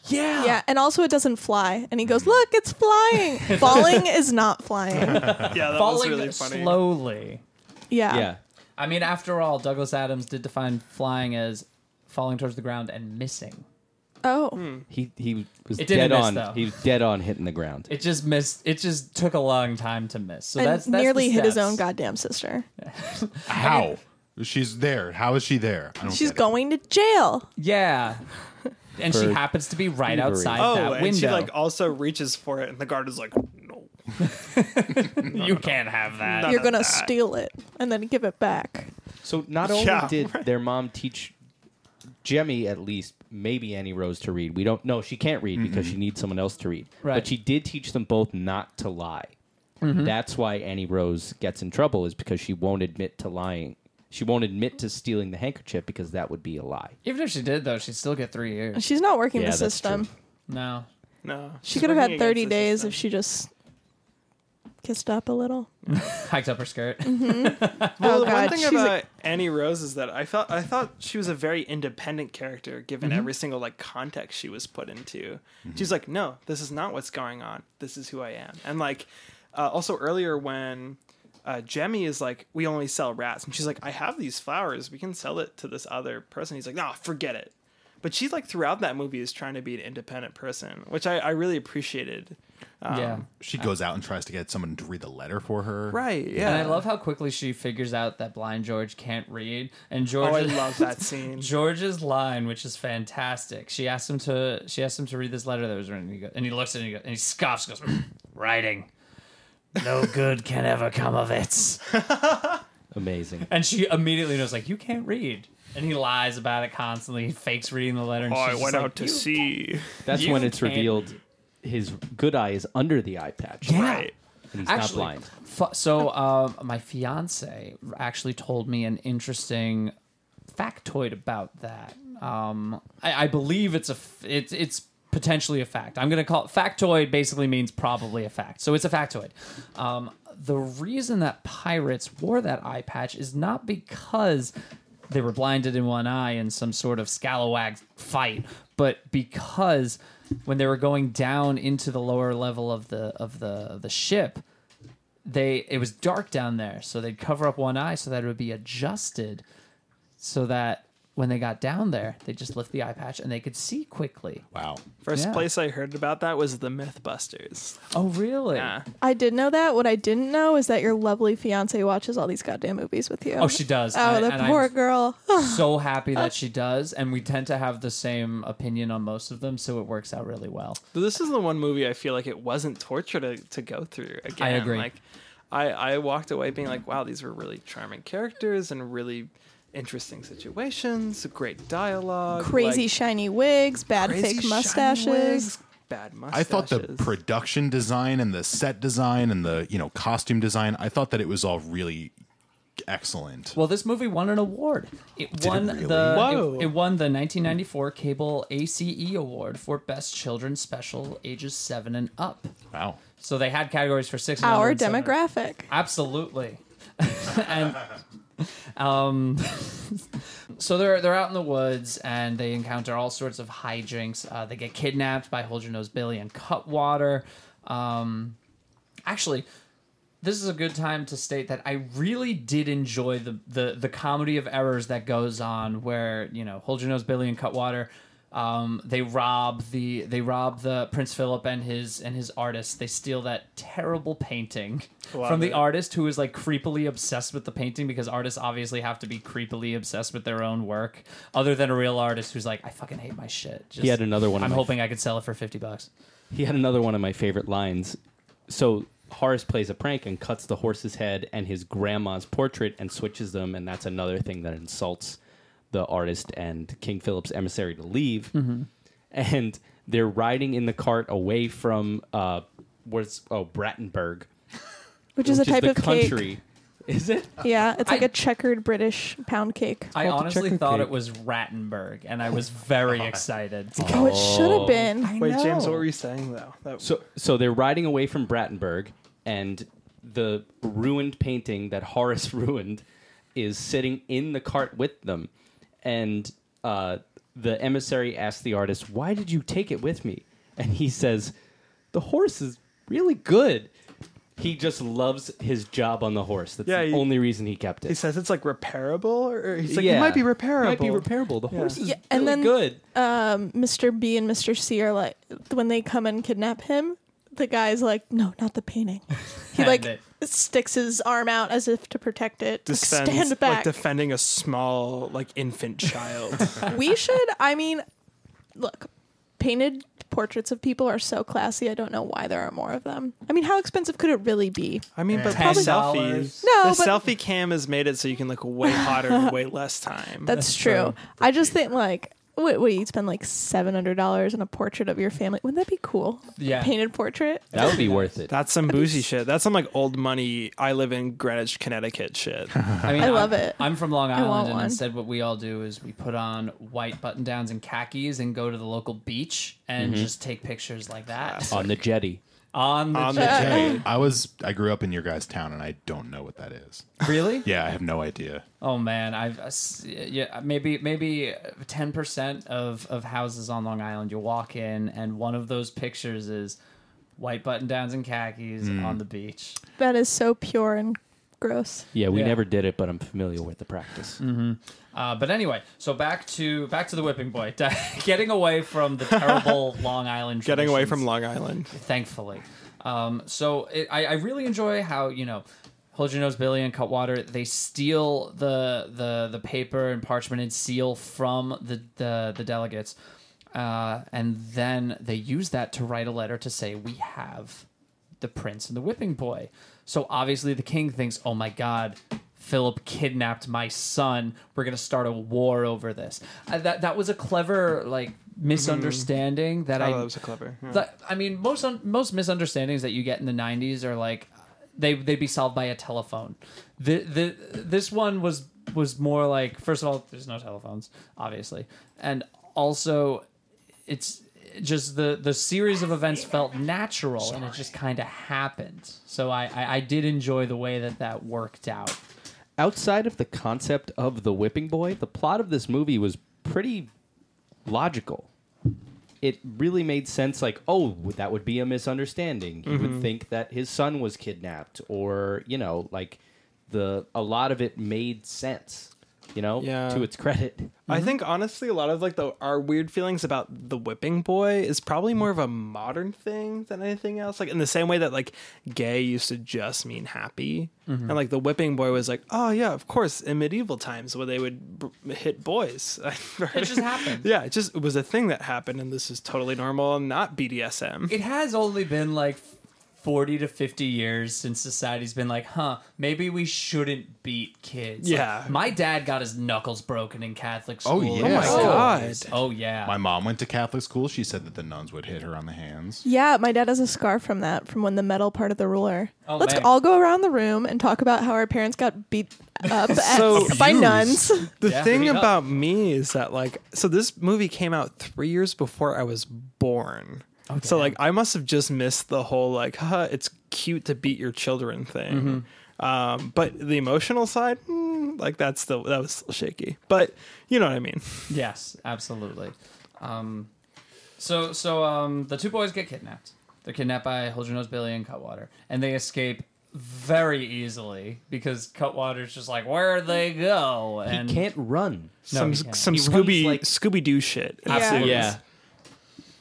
[SPEAKER 2] Yeah.
[SPEAKER 3] Yeah, and also it doesn't fly. And he goes, "Look, it's flying. Falling is not flying."
[SPEAKER 6] Yeah, that was
[SPEAKER 2] Falling
[SPEAKER 6] really funny.
[SPEAKER 2] slowly.
[SPEAKER 3] Yeah.
[SPEAKER 5] yeah.
[SPEAKER 2] I mean, after all, Douglas Adams did define flying as falling towards the ground and missing.
[SPEAKER 3] Oh,
[SPEAKER 5] He he was
[SPEAKER 2] It didn't
[SPEAKER 5] dead
[SPEAKER 2] miss,
[SPEAKER 5] on.
[SPEAKER 2] though.
[SPEAKER 5] He was dead on hitting the ground.
[SPEAKER 2] It just missed. It just took a long time to miss. So
[SPEAKER 3] and
[SPEAKER 2] that's, that's the
[SPEAKER 3] nearly hit his
[SPEAKER 2] steps.
[SPEAKER 3] own goddamn sister.
[SPEAKER 4] How? She's there. How is she there? I don't
[SPEAKER 3] She's
[SPEAKER 4] get it.
[SPEAKER 3] going to jail.
[SPEAKER 2] Yeah. And she
[SPEAKER 5] For
[SPEAKER 2] happens to be right
[SPEAKER 5] thievery.
[SPEAKER 2] outside
[SPEAKER 6] Oh,
[SPEAKER 2] that
[SPEAKER 6] and
[SPEAKER 2] window.
[SPEAKER 6] she like also reaches for it, and the guard is like, "No,
[SPEAKER 2] you can't have that.
[SPEAKER 3] You're gonna
[SPEAKER 6] that.
[SPEAKER 3] steal it and then give it back.
[SPEAKER 5] So not only
[SPEAKER 6] Yeah,
[SPEAKER 5] did their mom teach Jemmy at least maybe Annie Rose to read. We don't know. She can't read because she needs someone else to read.
[SPEAKER 2] Right.
[SPEAKER 5] But she did teach them both not to lie. That's why Annie Rose gets in trouble is because she won't admit to lying. She won't admit to stealing the handkerchief because that would be a lie.
[SPEAKER 2] Even if she did, though, she'd still get three years.
[SPEAKER 3] She's not working
[SPEAKER 5] Yeah,
[SPEAKER 3] the
[SPEAKER 5] that's
[SPEAKER 3] system.
[SPEAKER 5] true.
[SPEAKER 2] No.
[SPEAKER 6] no."
[SPEAKER 3] She could have had 30 days if she just kissed up a little.
[SPEAKER 2] Hiked up her skirt.
[SPEAKER 3] Mm-hmm.
[SPEAKER 6] Well,
[SPEAKER 3] oh
[SPEAKER 6] the
[SPEAKER 3] god,
[SPEAKER 6] one thing
[SPEAKER 3] she's
[SPEAKER 6] about
[SPEAKER 3] a,
[SPEAKER 6] Annie Rose is that I felt I thought she was a very independent character given every single like context she was put into. She's like, no, this is not what's going on. This is who I am. And like, uh, also earlier when uh, Jemmy is like, we only sell rats, and she's like, I have these flowers. We can sell it to this other person. He's like, no, forget it. But she like throughout that movie is trying to be an independent person, which I, I really appreciated.
[SPEAKER 2] yeah.
[SPEAKER 6] Oh.
[SPEAKER 4] She goes out and tries to get someone to read the letter for her.
[SPEAKER 6] Right. Yeah.
[SPEAKER 2] And I love how quickly she figures out that blind George can't read. And
[SPEAKER 6] Oh, I
[SPEAKER 2] George,
[SPEAKER 6] love that scene.
[SPEAKER 2] George's line, which is fantastic. She asked him to she asked him to read this letter that was written. He go, and he looks at it and he, go, and he scoffs, goes, "Mm, "Writing, no good can ever come of it."
[SPEAKER 5] Amazing.
[SPEAKER 2] And she immediately knows, like, you can't read. And he lies about it constantly. He fakes reading the letter. And
[SPEAKER 6] Oh,
[SPEAKER 2] she's
[SPEAKER 6] I
[SPEAKER 2] just
[SPEAKER 6] went
[SPEAKER 2] like,
[SPEAKER 6] out to
[SPEAKER 2] "You
[SPEAKER 6] sea.
[SPEAKER 5] That's
[SPEAKER 2] You
[SPEAKER 5] when it's
[SPEAKER 2] can't
[SPEAKER 5] revealed his good eye is under the eye patch.
[SPEAKER 2] Yeah.
[SPEAKER 6] Right.
[SPEAKER 5] And he's
[SPEAKER 2] Actually,
[SPEAKER 5] not blind.
[SPEAKER 2] fu- so uh, my fiance actually told me an interesting factoid about that. Um, I, I believe it's a f- it's it's potentially a fact. I'm gonna call it factoid. Basically means probably a fact. So it's a factoid. Um, the reason that pirates wore that eye patch is not because they were blinded in one eye in some sort of scalawag fight, but because when they were going down into the lower level of the of the the ship, they it was dark down there, so they'd cover up one eye so that it would be adjusted, so that when they got down there, they just lift the eye patch and they could see quickly.
[SPEAKER 4] Wow.
[SPEAKER 6] First
[SPEAKER 2] Yeah.
[SPEAKER 6] place I heard about that was the Mythbusters.
[SPEAKER 2] Oh, really?
[SPEAKER 6] Yeah.
[SPEAKER 3] I did know that. What I didn't know is that your lovely fiance watches all these goddamn movies with you.
[SPEAKER 2] Oh, she does.
[SPEAKER 3] Oh,
[SPEAKER 2] I-
[SPEAKER 3] the
[SPEAKER 2] and I'm-
[SPEAKER 3] poor girl. Oh,
[SPEAKER 2] So happy that she does, and we tend to have the same opinion on most of them, so it works out really well.
[SPEAKER 6] So This is the one movie I feel like it wasn't torture to, to go through again.
[SPEAKER 2] agree.
[SPEAKER 6] Like, I, I walked away being like, wow, these were really charming characters and really interesting situations, great dialogue.
[SPEAKER 3] crazy
[SPEAKER 6] like,
[SPEAKER 3] shiny wigs, bad
[SPEAKER 6] crazy
[SPEAKER 3] fake
[SPEAKER 6] shiny
[SPEAKER 3] mustaches.
[SPEAKER 6] wigs, bad mustaches.
[SPEAKER 4] I thought the production design and the set design and the you know costume design. I thought that it was all really excellent.
[SPEAKER 2] Well, this movie won an award. It won
[SPEAKER 4] really?
[SPEAKER 2] the
[SPEAKER 6] Whoa.
[SPEAKER 2] it, it won the 1994 Cable ACE Award for Best Children's Special, ages seven and up.
[SPEAKER 4] wow.
[SPEAKER 2] So they had categories for six. and under
[SPEAKER 3] Our
[SPEAKER 2] and seven and up.
[SPEAKER 3] demographic.
[SPEAKER 2] Absolutely. and um, so they're they're out in the woods and they encounter all sorts of hijinks. Uh, they get kidnapped by Hold Your Nose Billy and Cutwater. Um, actually, this is a good time to state that I really did enjoy the the the comedy of errors that goes on where you know Hold Your Nose Billy and Cutwater. Um, they rob the they rob the Prince Philip and his and his artist. They steal that terrible painting
[SPEAKER 6] Love
[SPEAKER 2] from the
[SPEAKER 6] it.
[SPEAKER 2] artist who is like creepily obsessed with the painting because artists obviously have to be creepily obsessed with their own work. Other than a real artist who's like, I fucking hate my shit. Just,
[SPEAKER 5] He had another one of
[SPEAKER 2] I'm
[SPEAKER 5] my-
[SPEAKER 2] hoping I could sell it for fifty bucks.
[SPEAKER 5] He had another one of my favorite lines. So Horace plays a prank and cuts the horse's head and his grandma's portrait and switches them, and that's another thing that insults the artist and King Philip's emissary to leave.
[SPEAKER 3] Mm-hmm.
[SPEAKER 5] And they're riding in the cart away from uh, where's oh Brattenburg,
[SPEAKER 3] which is a type
[SPEAKER 5] the
[SPEAKER 3] of cake.
[SPEAKER 5] country. Is it?
[SPEAKER 3] Yeah, it's like
[SPEAKER 2] I-
[SPEAKER 3] a checkered British pound cake.
[SPEAKER 2] I
[SPEAKER 5] called the
[SPEAKER 2] honestly
[SPEAKER 5] Checker
[SPEAKER 2] thought
[SPEAKER 5] Cake.
[SPEAKER 2] it was Rattenberg, and I was very excited.
[SPEAKER 3] Oh, it should have been.
[SPEAKER 6] Wait, James, what were you saying though? That,
[SPEAKER 5] So so they're riding away from Brattenburg, and the ruined painting that Horace ruined is sitting in the cart with them, and uh, the emissary asks the artist, "Why did you take it with me?" And he says, "The horse is really good." He just loves his job on the horse. That's
[SPEAKER 6] Yeah,
[SPEAKER 5] the
[SPEAKER 6] he-
[SPEAKER 5] only reason he kept it.
[SPEAKER 6] he says it's like repairable, or or he's like
[SPEAKER 5] Yeah.
[SPEAKER 6] it might be repairable.
[SPEAKER 5] Might be repairable. The horse is
[SPEAKER 3] Yeah, and
[SPEAKER 5] really
[SPEAKER 3] then- uh,
[SPEAKER 5] good.
[SPEAKER 3] Mr. B and Mr. C are like when they come and kidnap him. The guy's like, no, not the painting. He like
[SPEAKER 2] it.
[SPEAKER 3] sticks his arm out as if to protect it. Like,
[SPEAKER 6] Defends,
[SPEAKER 3] stand back.
[SPEAKER 6] like defending a small like infant child.
[SPEAKER 3] we should. I mean, look, painted portraits of people are so classy. I don't know why there are more of them. I mean, how expensive could it really be?
[SPEAKER 6] I mean, but
[SPEAKER 2] Ten
[SPEAKER 6] probably
[SPEAKER 2] dollars.
[SPEAKER 6] selfies.
[SPEAKER 3] No,
[SPEAKER 6] the
[SPEAKER 3] but-
[SPEAKER 6] selfie cam has made it so you can look way hotter in way less time.
[SPEAKER 3] That's, true. I just think like. Wait, wait, you'd spend like seven hundred dollars on a portrait of your family. Wouldn't that be cool?
[SPEAKER 2] Yeah.
[SPEAKER 3] Painted portrait.
[SPEAKER 5] That would be worth it.
[SPEAKER 6] That's some boozy shit. That's some like old money. I live in Greenwich, Connecticut shit.
[SPEAKER 2] I mean,
[SPEAKER 3] I love
[SPEAKER 2] am
[SPEAKER 3] it.
[SPEAKER 2] I'm from Long
[SPEAKER 3] want
[SPEAKER 2] Island, and
[SPEAKER 3] one.
[SPEAKER 2] instead, what we all do is we put on white button downs and khakis and go to the local beach and just take pictures like that
[SPEAKER 5] On the jetty.
[SPEAKER 2] on the.
[SPEAKER 6] On the
[SPEAKER 2] jet.
[SPEAKER 4] Hey, I was I grew up in your guys' town, and I don't know what that is.
[SPEAKER 2] really?
[SPEAKER 4] Yeah, I have no idea.
[SPEAKER 2] Oh man, I've uh, s- yeah maybe maybe ten percent of of houses on Long Island you walk in and one of those pictures is white button downs and khakis on the beach.
[SPEAKER 3] That is so pure and gross.
[SPEAKER 5] Yeah, we
[SPEAKER 2] Yeah.
[SPEAKER 5] never did it, but I'm familiar with the practice.
[SPEAKER 2] Uh, but anyway, so back to back to the whipping boy, getting away from the terrible Long Island.
[SPEAKER 6] Getting away
[SPEAKER 2] traditions.
[SPEAKER 6] from Long Island.
[SPEAKER 2] thankfully. Um, so it, I, I really enjoy how you know, hold your nose, Billy, and Cutwater. They steal the the the paper and parchment and seal from the the, the delegates, uh, and then they use that to write a letter to say we have the prince and the whipping boy. So obviously the king thinks, oh my god. Philip kidnapped my son. We're gonna start a war over this. Uh, that that was a clever like misunderstanding that
[SPEAKER 6] Mm-hmm. Oh,
[SPEAKER 2] I
[SPEAKER 6] that was a clever. yeah.
[SPEAKER 2] that- I mean, most un- most misunderstandings that you get in the '90s are like they they'd be solved by a telephone. The the this one was was more like first of all, there's no telephones, obviously, and also it's just the the series of events felt natural and it just kind of happened. So I, I I did enjoy the way that that worked out.
[SPEAKER 5] outside of the concept of the whipping boy, the plot of this movie was pretty logical. It really made sense. Like, oh, that would be a misunderstanding. You would think that his son was kidnapped, or you know, like the a lot of it made sense. You know,
[SPEAKER 6] Yeah.
[SPEAKER 5] to its credit.
[SPEAKER 6] I think honestly, a lot of like the our weird feelings about the whipping boy is probably more of a modern thing than anything else. Like in the same way that like gay used to just mean happy, and like the whipping boy was like, oh yeah, of course, in medieval times where they would b- hit boys.
[SPEAKER 2] It just happened.
[SPEAKER 6] yeah, it just was a thing that happened, and this is totally normal and not BDSM.
[SPEAKER 2] it has only been like 40 to 50 years since society's been like huh maybe we shouldn't beat kids Like,
[SPEAKER 6] Yeah.
[SPEAKER 2] my dad got his knuckles broken in catholic
[SPEAKER 4] Oh,
[SPEAKER 2] school
[SPEAKER 4] yeah. Oh, my
[SPEAKER 6] God.
[SPEAKER 2] oh yeah
[SPEAKER 4] My mom went to Catholic school. She said that the nuns would hit her on the hands.
[SPEAKER 3] Yeah, my dad has a scar from that, from when the metal part of the ruler.
[SPEAKER 2] Oh,
[SPEAKER 3] Let's
[SPEAKER 2] man.
[SPEAKER 3] all go around the room and talk about how our parents got beat up at-
[SPEAKER 6] So-
[SPEAKER 3] by
[SPEAKER 4] Abused.
[SPEAKER 3] nuns.
[SPEAKER 6] The
[SPEAKER 2] Yeah.
[SPEAKER 6] thing
[SPEAKER 2] Beat up.
[SPEAKER 6] about me is that like so this movie came out three years before I was born. So like I must have just missed the whole like huh it's cute to beat your children thing. Um, but the emotional side, mm, like that's still that was still shaky. But you know what I mean.
[SPEAKER 2] yes absolutely um so so um the two boys get kidnapped they're kidnapped by hold your nose billy and cutwater and they escape very easily because Cutwater's just like, where'd they go? And
[SPEAKER 5] he can't run.
[SPEAKER 2] No,
[SPEAKER 6] some
[SPEAKER 2] he can't.
[SPEAKER 6] some
[SPEAKER 5] He runs
[SPEAKER 6] Scooby
[SPEAKER 5] like-
[SPEAKER 6] Scooby Doo shit.
[SPEAKER 3] Absolutely.
[SPEAKER 5] Yeah.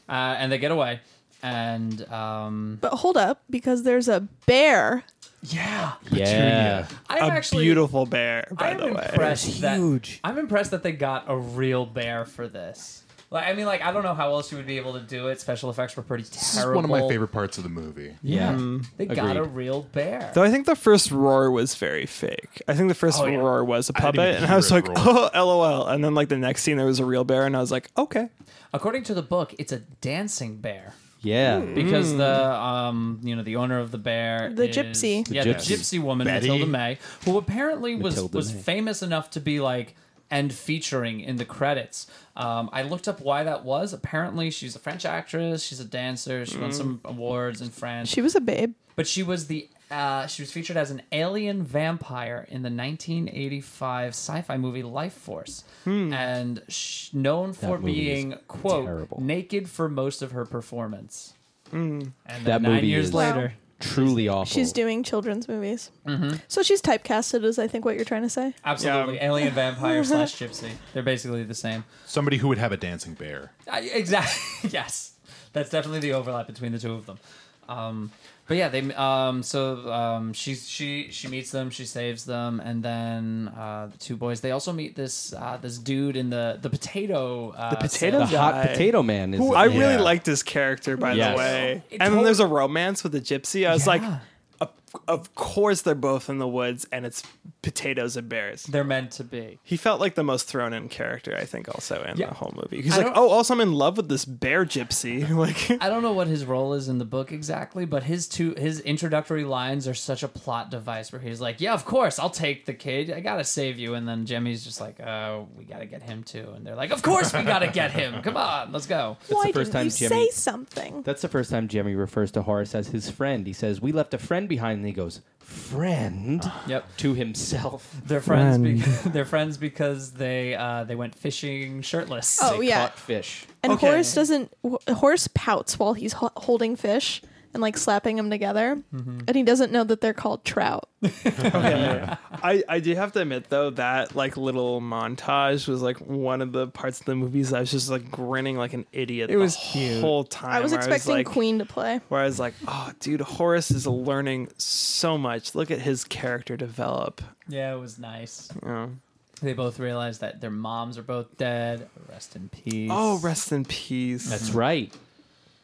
[SPEAKER 2] uh, and they get away. And um,
[SPEAKER 3] But hold up, because there's a bear.
[SPEAKER 2] yeah,
[SPEAKER 5] Yeah.
[SPEAKER 2] I'm
[SPEAKER 6] A
[SPEAKER 2] actually
[SPEAKER 6] beautiful bear, by
[SPEAKER 2] I'm
[SPEAKER 6] the way.
[SPEAKER 2] impressed. That,
[SPEAKER 5] huge.
[SPEAKER 2] I'm impressed that they got a real bear for this. Like, I mean, like, I don't know how else you would be able to do it. Special effects were pretty
[SPEAKER 4] This is
[SPEAKER 2] terrible.
[SPEAKER 4] one of my favorite parts of the movie.
[SPEAKER 5] Yeah.
[SPEAKER 2] They got a
[SPEAKER 5] Mm-hmm. Agreed.
[SPEAKER 2] real bear.
[SPEAKER 6] Though I think the first roar was very fake. I think the first
[SPEAKER 2] Oh, yeah.
[SPEAKER 6] roar was a
[SPEAKER 4] I didn't
[SPEAKER 6] puppet,
[SPEAKER 4] even
[SPEAKER 6] and I was
[SPEAKER 4] hear
[SPEAKER 6] like,
[SPEAKER 4] it
[SPEAKER 6] "Oh, lol." And then like the next scene, there was a real bear, and I was like, "Okay."
[SPEAKER 2] According to the book, it's a dancing bear.
[SPEAKER 5] Yeah.
[SPEAKER 2] because the
[SPEAKER 5] Hmm.
[SPEAKER 2] um you know the owner of the bear
[SPEAKER 3] The
[SPEAKER 2] is-
[SPEAKER 3] gypsy. The
[SPEAKER 2] yeah the
[SPEAKER 5] gypsy.
[SPEAKER 2] gypsy woman
[SPEAKER 4] Betty.
[SPEAKER 2] Matilda May who apparently was
[SPEAKER 5] Matilda
[SPEAKER 2] was
[SPEAKER 5] May.
[SPEAKER 2] famous enough to be like and featuring in the credits um, I looked up why that was apparently she's a French actress she's a dancer she
[SPEAKER 3] Mm.
[SPEAKER 2] won some awards in France
[SPEAKER 3] She was a babe.
[SPEAKER 2] but she was the uh, she was featured as an alien vampire in the 1985 sci-fi movie Life Force, and sh- known for
[SPEAKER 5] movie is
[SPEAKER 2] being quote
[SPEAKER 5] terrible.
[SPEAKER 2] naked for most of her performance. And
[SPEAKER 5] That
[SPEAKER 2] then nine
[SPEAKER 5] movie
[SPEAKER 2] years
[SPEAKER 5] is-
[SPEAKER 2] later,
[SPEAKER 5] Truly awful.
[SPEAKER 3] She's doing children's movies. So she's typecasted, is I think what you're trying to say.
[SPEAKER 2] absolutely
[SPEAKER 6] Yeah.
[SPEAKER 2] alien vampire slash gypsy. They're basically the same.
[SPEAKER 4] Somebody who would have a dancing bear.
[SPEAKER 2] exactly. yes, that's definitely the overlap between the two of them. Um, but yeah, they um, so um, she she she meets them, she saves them, and then uh, the two boys. They also meet this uh, this dude in the the potato uh, sale.
[SPEAKER 6] The potato
[SPEAKER 5] the hot
[SPEAKER 6] guy.
[SPEAKER 5] potato man is.
[SPEAKER 6] Who I
[SPEAKER 4] Yeah.
[SPEAKER 6] really liked his character, by
[SPEAKER 5] Yes.
[SPEAKER 6] the way.
[SPEAKER 2] It
[SPEAKER 6] And
[SPEAKER 2] tot-
[SPEAKER 6] then there's a romance with the gypsy. I was like,
[SPEAKER 2] Yeah.
[SPEAKER 6] of, of course they're both in the woods, and it's potatoes and bears.
[SPEAKER 2] They're meant to be.
[SPEAKER 6] He felt like the most thrown in character, I think, also in
[SPEAKER 2] Yeah.
[SPEAKER 6] the whole movie. He's
[SPEAKER 2] I
[SPEAKER 6] like,
[SPEAKER 2] don't-
[SPEAKER 6] oh, also I'm in love with this bear gypsy. like,
[SPEAKER 2] I don't know what his role is in the book exactly, but his two his introductory lines are such a plot device where he's like, "Yeah, of course, I'll take the kid. I gotta save you." And then Jimmy's just like, "Oh, we gotta get him too." And they're like, "Of course, we gotta get him. Come on, let's go."
[SPEAKER 3] Why
[SPEAKER 5] the first
[SPEAKER 3] didn't
[SPEAKER 5] time
[SPEAKER 3] you
[SPEAKER 5] Jimmy-
[SPEAKER 3] say something?
[SPEAKER 5] That's the first time Jimmy refers to Horace as his friend. He says, "We left a friend behind," and he goes, "Friend."
[SPEAKER 2] Yep.
[SPEAKER 5] To himself.
[SPEAKER 2] They're friends. Be- they're friends because they uh, they went fishing shirtless.
[SPEAKER 3] Oh,
[SPEAKER 5] They
[SPEAKER 3] yeah.
[SPEAKER 5] Caught fish.
[SPEAKER 3] And
[SPEAKER 6] Okay.
[SPEAKER 3] Horace doesn't. Wh- Horace pouts while he's ho- holding fish and like slapping them together, and he doesn't know that they're called trout.
[SPEAKER 6] I, I do have to admit though that like little montage was like one of the parts of the movies I was just like grinning like an idiot
[SPEAKER 2] It
[SPEAKER 6] the
[SPEAKER 2] was cute.
[SPEAKER 6] whole time.
[SPEAKER 3] I was
[SPEAKER 6] where
[SPEAKER 3] expecting
[SPEAKER 6] like,
[SPEAKER 3] Queen to play.
[SPEAKER 6] where I was like, oh dude, Horace is learning so much. Look at his character develop.
[SPEAKER 2] Yeah, it was nice.
[SPEAKER 6] You know?
[SPEAKER 2] They both realized that their moms are both dead. Rest in peace.
[SPEAKER 6] Oh, rest in peace.
[SPEAKER 5] That's right.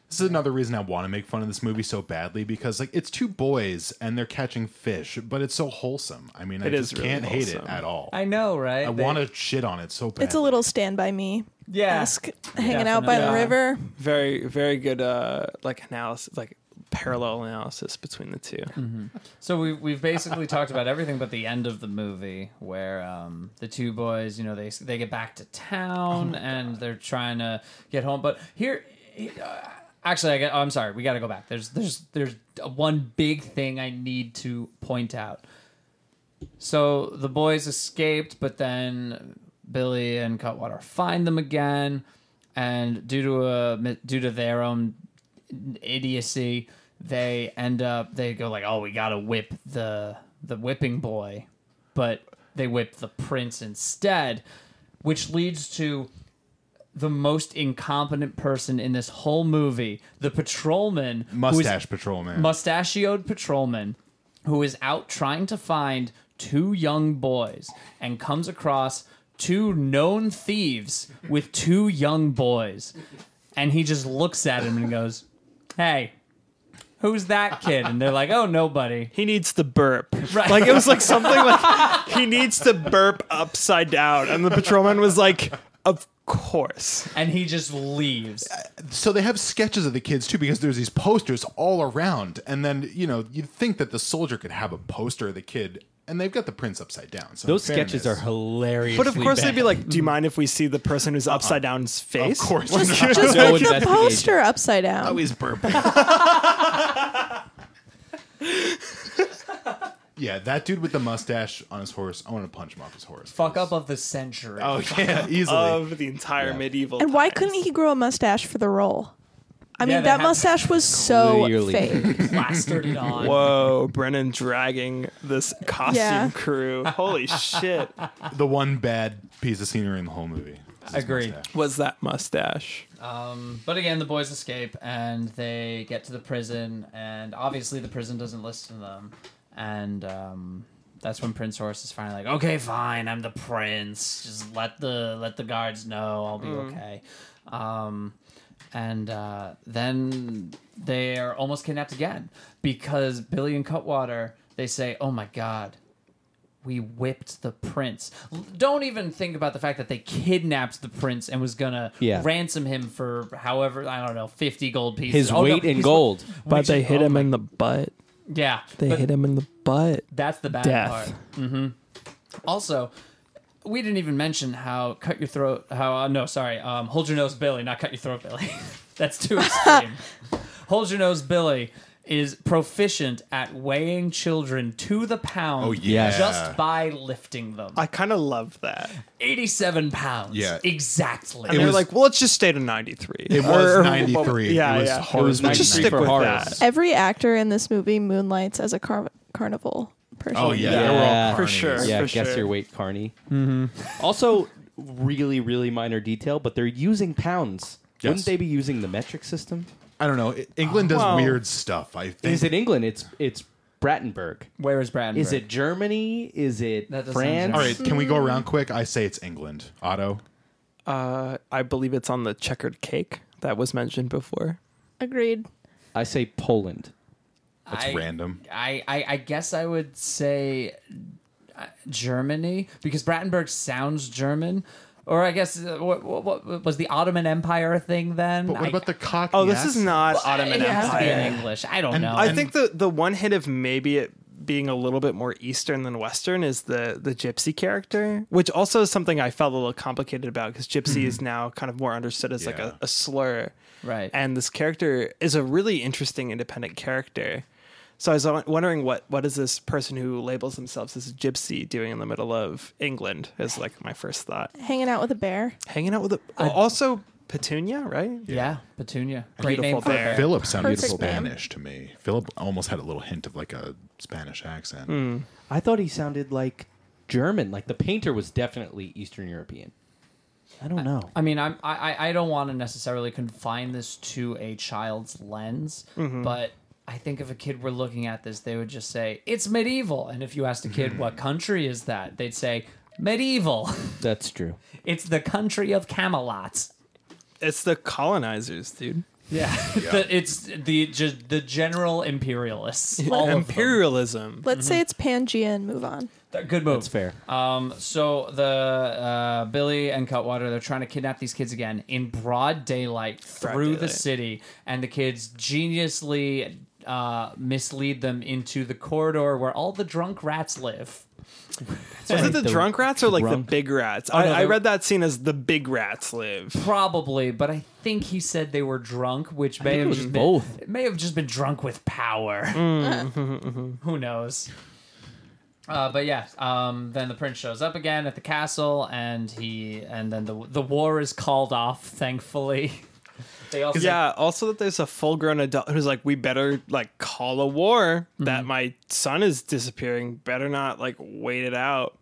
[SPEAKER 4] This is another reason I want to make fun of this movie so badly because like it's two boys and they're catching fish, but it's so wholesome. I mean, I
[SPEAKER 6] It is
[SPEAKER 4] just
[SPEAKER 6] really
[SPEAKER 4] can't hate it
[SPEAKER 6] wholesome.
[SPEAKER 4] at all.
[SPEAKER 2] I know, right?
[SPEAKER 4] I want to shit on it so bad.
[SPEAKER 3] It's a little Stand by Me
[SPEAKER 2] yeah.
[SPEAKER 3] esque, hanging out by the
[SPEAKER 6] Definitely.
[SPEAKER 3] river.
[SPEAKER 6] very very good uh like analysis like parallel analysis between the 2
[SPEAKER 4] Hmm.
[SPEAKER 2] So we've we've basically talked about everything but the end of the movie, where um, the two boys, you know, they they get back to town and they're trying to get home. But here, uh, actually, I get, oh, I'm sorry, we got to go back. There's there's there's one big thing I need to point out. So the boys escaped, but then Billy and Cutwater find them again, and due to a due to their own idiocy, they end up they go like, "Oh, we gotta whip the the whipping boy," but they whip the prince instead, which leads to the most incompetent person in this whole movie, the patrolman, who is-
[SPEAKER 4] mustache patrol man.
[SPEAKER 2] mustachioed patrolman who is out trying to find two young boys and comes across two known thieves with two young boys. And he just looks at him and goes, Hey, who's that kid? And they're like, Oh, nobody.
[SPEAKER 6] he needs to burp
[SPEAKER 2] Right.
[SPEAKER 6] like it was like something like he needs to burp upside down and the patrolman was like of course
[SPEAKER 2] And he just leaves.
[SPEAKER 4] so they have sketches of the kids too because there's these posters all around and then you know you'd think that the soldier could have a poster of the kid and they've got the prince upside down so in
[SPEAKER 5] Those sketches are
[SPEAKER 4] fairness-
[SPEAKER 5] hilarious.
[SPEAKER 6] but of course they'd be like do you mind if we see the person who's upside down's face
[SPEAKER 4] Hmm. of course
[SPEAKER 3] Just
[SPEAKER 5] No
[SPEAKER 3] look at the
[SPEAKER 5] investigation.
[SPEAKER 3] poster upside
[SPEAKER 4] Oh,
[SPEAKER 3] down.
[SPEAKER 4] he's burping yeah that dude with the mustache on his horse i want to punch him off his horse
[SPEAKER 2] Fuck up of the century.
[SPEAKER 4] oh yeah easily
[SPEAKER 6] of the entire medieval
[SPEAKER 3] And why
[SPEAKER 6] times.
[SPEAKER 3] couldn't he grow a mustache for the role? I
[SPEAKER 2] Yeah,
[SPEAKER 3] mean,
[SPEAKER 2] they
[SPEAKER 3] that
[SPEAKER 2] had-
[SPEAKER 3] mustache was so
[SPEAKER 5] Clearly.
[SPEAKER 3] fake.
[SPEAKER 2] plastered it on.
[SPEAKER 6] Whoa, Brennan dragging this costume
[SPEAKER 3] Yeah.
[SPEAKER 6] crew. Holy shit.
[SPEAKER 4] The one bad piece of scenery in the whole movie. This is
[SPEAKER 2] Agreed.
[SPEAKER 4] mustache.
[SPEAKER 6] Was that mustache?
[SPEAKER 2] Um, but again, the boys escape and they get to the prison, and obviously the prison doesn't listen to them. And um, that's when Prince Horse is finally like, "Okay, fine, I'm the prince. Just let the let the guards know. I'll be okay." Um, and uh, then they are almost kidnapped again because Billy and Cutwater they say, "Oh my god." we whipped the prince. L- Don't even think about the fact that they kidnapped the prince and was gonna
[SPEAKER 5] Yeah.
[SPEAKER 2] ransom him for however I don't know fifty gold pieces.
[SPEAKER 5] His
[SPEAKER 2] Oh, no,
[SPEAKER 5] weight in
[SPEAKER 2] he's-
[SPEAKER 5] gold.
[SPEAKER 6] But they hit him
[SPEAKER 2] my-
[SPEAKER 6] in the butt.
[SPEAKER 2] Yeah,
[SPEAKER 6] They
[SPEAKER 2] but
[SPEAKER 6] hit him in the butt.
[SPEAKER 2] That's the bad
[SPEAKER 6] Death.
[SPEAKER 2] part. hmm Also, we didn't even mention how cut your throat. How uh, no, sorry, um, hold your nose, Billy, not cut your throat, Billy. that's too extreme. hold your nose, Billy. Is proficient at weighing children to the pound
[SPEAKER 4] Oh, yeah.
[SPEAKER 2] just by lifting them.
[SPEAKER 6] I kind of love that.
[SPEAKER 2] 87 pounds.
[SPEAKER 4] Yeah.
[SPEAKER 2] Exactly.
[SPEAKER 6] And they're
[SPEAKER 4] was-
[SPEAKER 6] like, well, let's just stay to 93.
[SPEAKER 4] It was 93.
[SPEAKER 6] Yeah,
[SPEAKER 4] It was
[SPEAKER 6] yeah.
[SPEAKER 4] hard
[SPEAKER 6] let's just
[SPEAKER 5] 93
[SPEAKER 6] stick
[SPEAKER 5] for
[SPEAKER 6] with
[SPEAKER 5] Horace.
[SPEAKER 6] that.
[SPEAKER 3] Every actor in this movie moonlights as a car- carnival person.
[SPEAKER 4] Oh yeah, they were all
[SPEAKER 5] Yeah.
[SPEAKER 6] For
[SPEAKER 4] carnies.
[SPEAKER 6] sure.
[SPEAKER 5] Yeah,
[SPEAKER 6] for
[SPEAKER 5] guess
[SPEAKER 6] sure.
[SPEAKER 5] your weight, Carney. Also, really, really minor detail, but they're using pounds. Wouldn't
[SPEAKER 4] Yes.
[SPEAKER 5] they be using the metric system?
[SPEAKER 4] I don't know. I- England does
[SPEAKER 6] Well-
[SPEAKER 4] weird stuff. I think.
[SPEAKER 5] Is it England? It's it's Brandenburg.
[SPEAKER 2] Where is Brad?
[SPEAKER 5] Is it Germany? Is it
[SPEAKER 2] That does sound
[SPEAKER 5] France?
[SPEAKER 4] all right, can we go
[SPEAKER 6] Hmm.
[SPEAKER 4] around quick? I say it's England. Otto.
[SPEAKER 6] Uh, I believe it's on the checkered cake that was mentioned before.
[SPEAKER 3] Agreed.
[SPEAKER 5] I say Poland.
[SPEAKER 4] That's random.
[SPEAKER 2] I, I, I guess I would say uh, Germany because Brandenburg sounds German. Or I guess uh, what, what, what was the Ottoman Empire a thing then?
[SPEAKER 4] But what
[SPEAKER 2] I-
[SPEAKER 4] about the cock?
[SPEAKER 6] Oh,
[SPEAKER 4] yes?
[SPEAKER 6] this is not Ottoman
[SPEAKER 2] It has to be
[SPEAKER 6] Empire.
[SPEAKER 2] in English. I don't
[SPEAKER 4] And
[SPEAKER 2] know.
[SPEAKER 6] I think the the one hit of maybe it being a little bit more Eastern than Western is the the gypsy character, which also is something I felt a little complicated about because gypsy is now kind of more understood as like
[SPEAKER 4] Yeah.
[SPEAKER 6] a, a slur,
[SPEAKER 2] Mm-hmm. Right.
[SPEAKER 6] And this character is a really interesting independent character. So I was wa- wondering what what is this person who labels themselves as a gypsy doing in the middle of England is like my first thought.
[SPEAKER 3] Hanging out with a bear.
[SPEAKER 6] Hanging out with a, also Petunia, right?
[SPEAKER 2] yeah. Petunia. Great
[SPEAKER 6] Beautiful
[SPEAKER 2] name for
[SPEAKER 6] bear.
[SPEAKER 2] her.
[SPEAKER 4] Philip sounded
[SPEAKER 3] Perfect name.
[SPEAKER 4] Spanish to me. Philip almost had a little hint of like a Spanish accent.
[SPEAKER 6] Hmm.
[SPEAKER 5] I thought he sounded like German. Like the painter was definitely Eastern European. I don't know.
[SPEAKER 2] I mean, I'm, I, I- I don't want to necessarily confine this to a child's lens,
[SPEAKER 5] Mm-hmm.
[SPEAKER 2] but I think if a kid were looking at this, they would just say, it's medieval. And if you asked a
[SPEAKER 5] Mm-hmm.
[SPEAKER 2] kid, what country is that? They'd say, medieval.
[SPEAKER 5] That's true.
[SPEAKER 2] it's the country of Camelot.
[SPEAKER 6] It's the colonizers, dude.
[SPEAKER 2] Yeah. The- it's the just the general imperialists. All of them.
[SPEAKER 6] Imperialism.
[SPEAKER 3] Let's say it's Pangea and move on.
[SPEAKER 2] Good move.
[SPEAKER 5] That's fair.
[SPEAKER 2] Um, so the uh, Billy and Cutwater, they're trying to kidnap these kids again in broad daylight
[SPEAKER 6] Broad
[SPEAKER 2] through the
[SPEAKER 6] daylight.
[SPEAKER 2] city, and the kids geniusly uh, mislead them into the corridor where all the drunk rats live.
[SPEAKER 6] Is it the,
[SPEAKER 5] the
[SPEAKER 6] drunk rats or like
[SPEAKER 5] drunk-
[SPEAKER 6] the big rats?
[SPEAKER 2] no,
[SPEAKER 6] I, I
[SPEAKER 2] they-
[SPEAKER 6] read that scene as the big rats live.
[SPEAKER 2] Probably, but I think he said they were drunk, which may
[SPEAKER 5] think it
[SPEAKER 2] have
[SPEAKER 5] was
[SPEAKER 2] just
[SPEAKER 5] both. Mm-hmm,
[SPEAKER 2] Been, it may have just been drunk with power. Who knows? Uh, but yeah, um, then the prince shows up again at the castle, and he and then the the war is called off. Thankfully, they also
[SPEAKER 6] Yeah. Also, that there's a full-grown adult who's like, "We better like call a war that my son is disappearing. Better not like wait it out."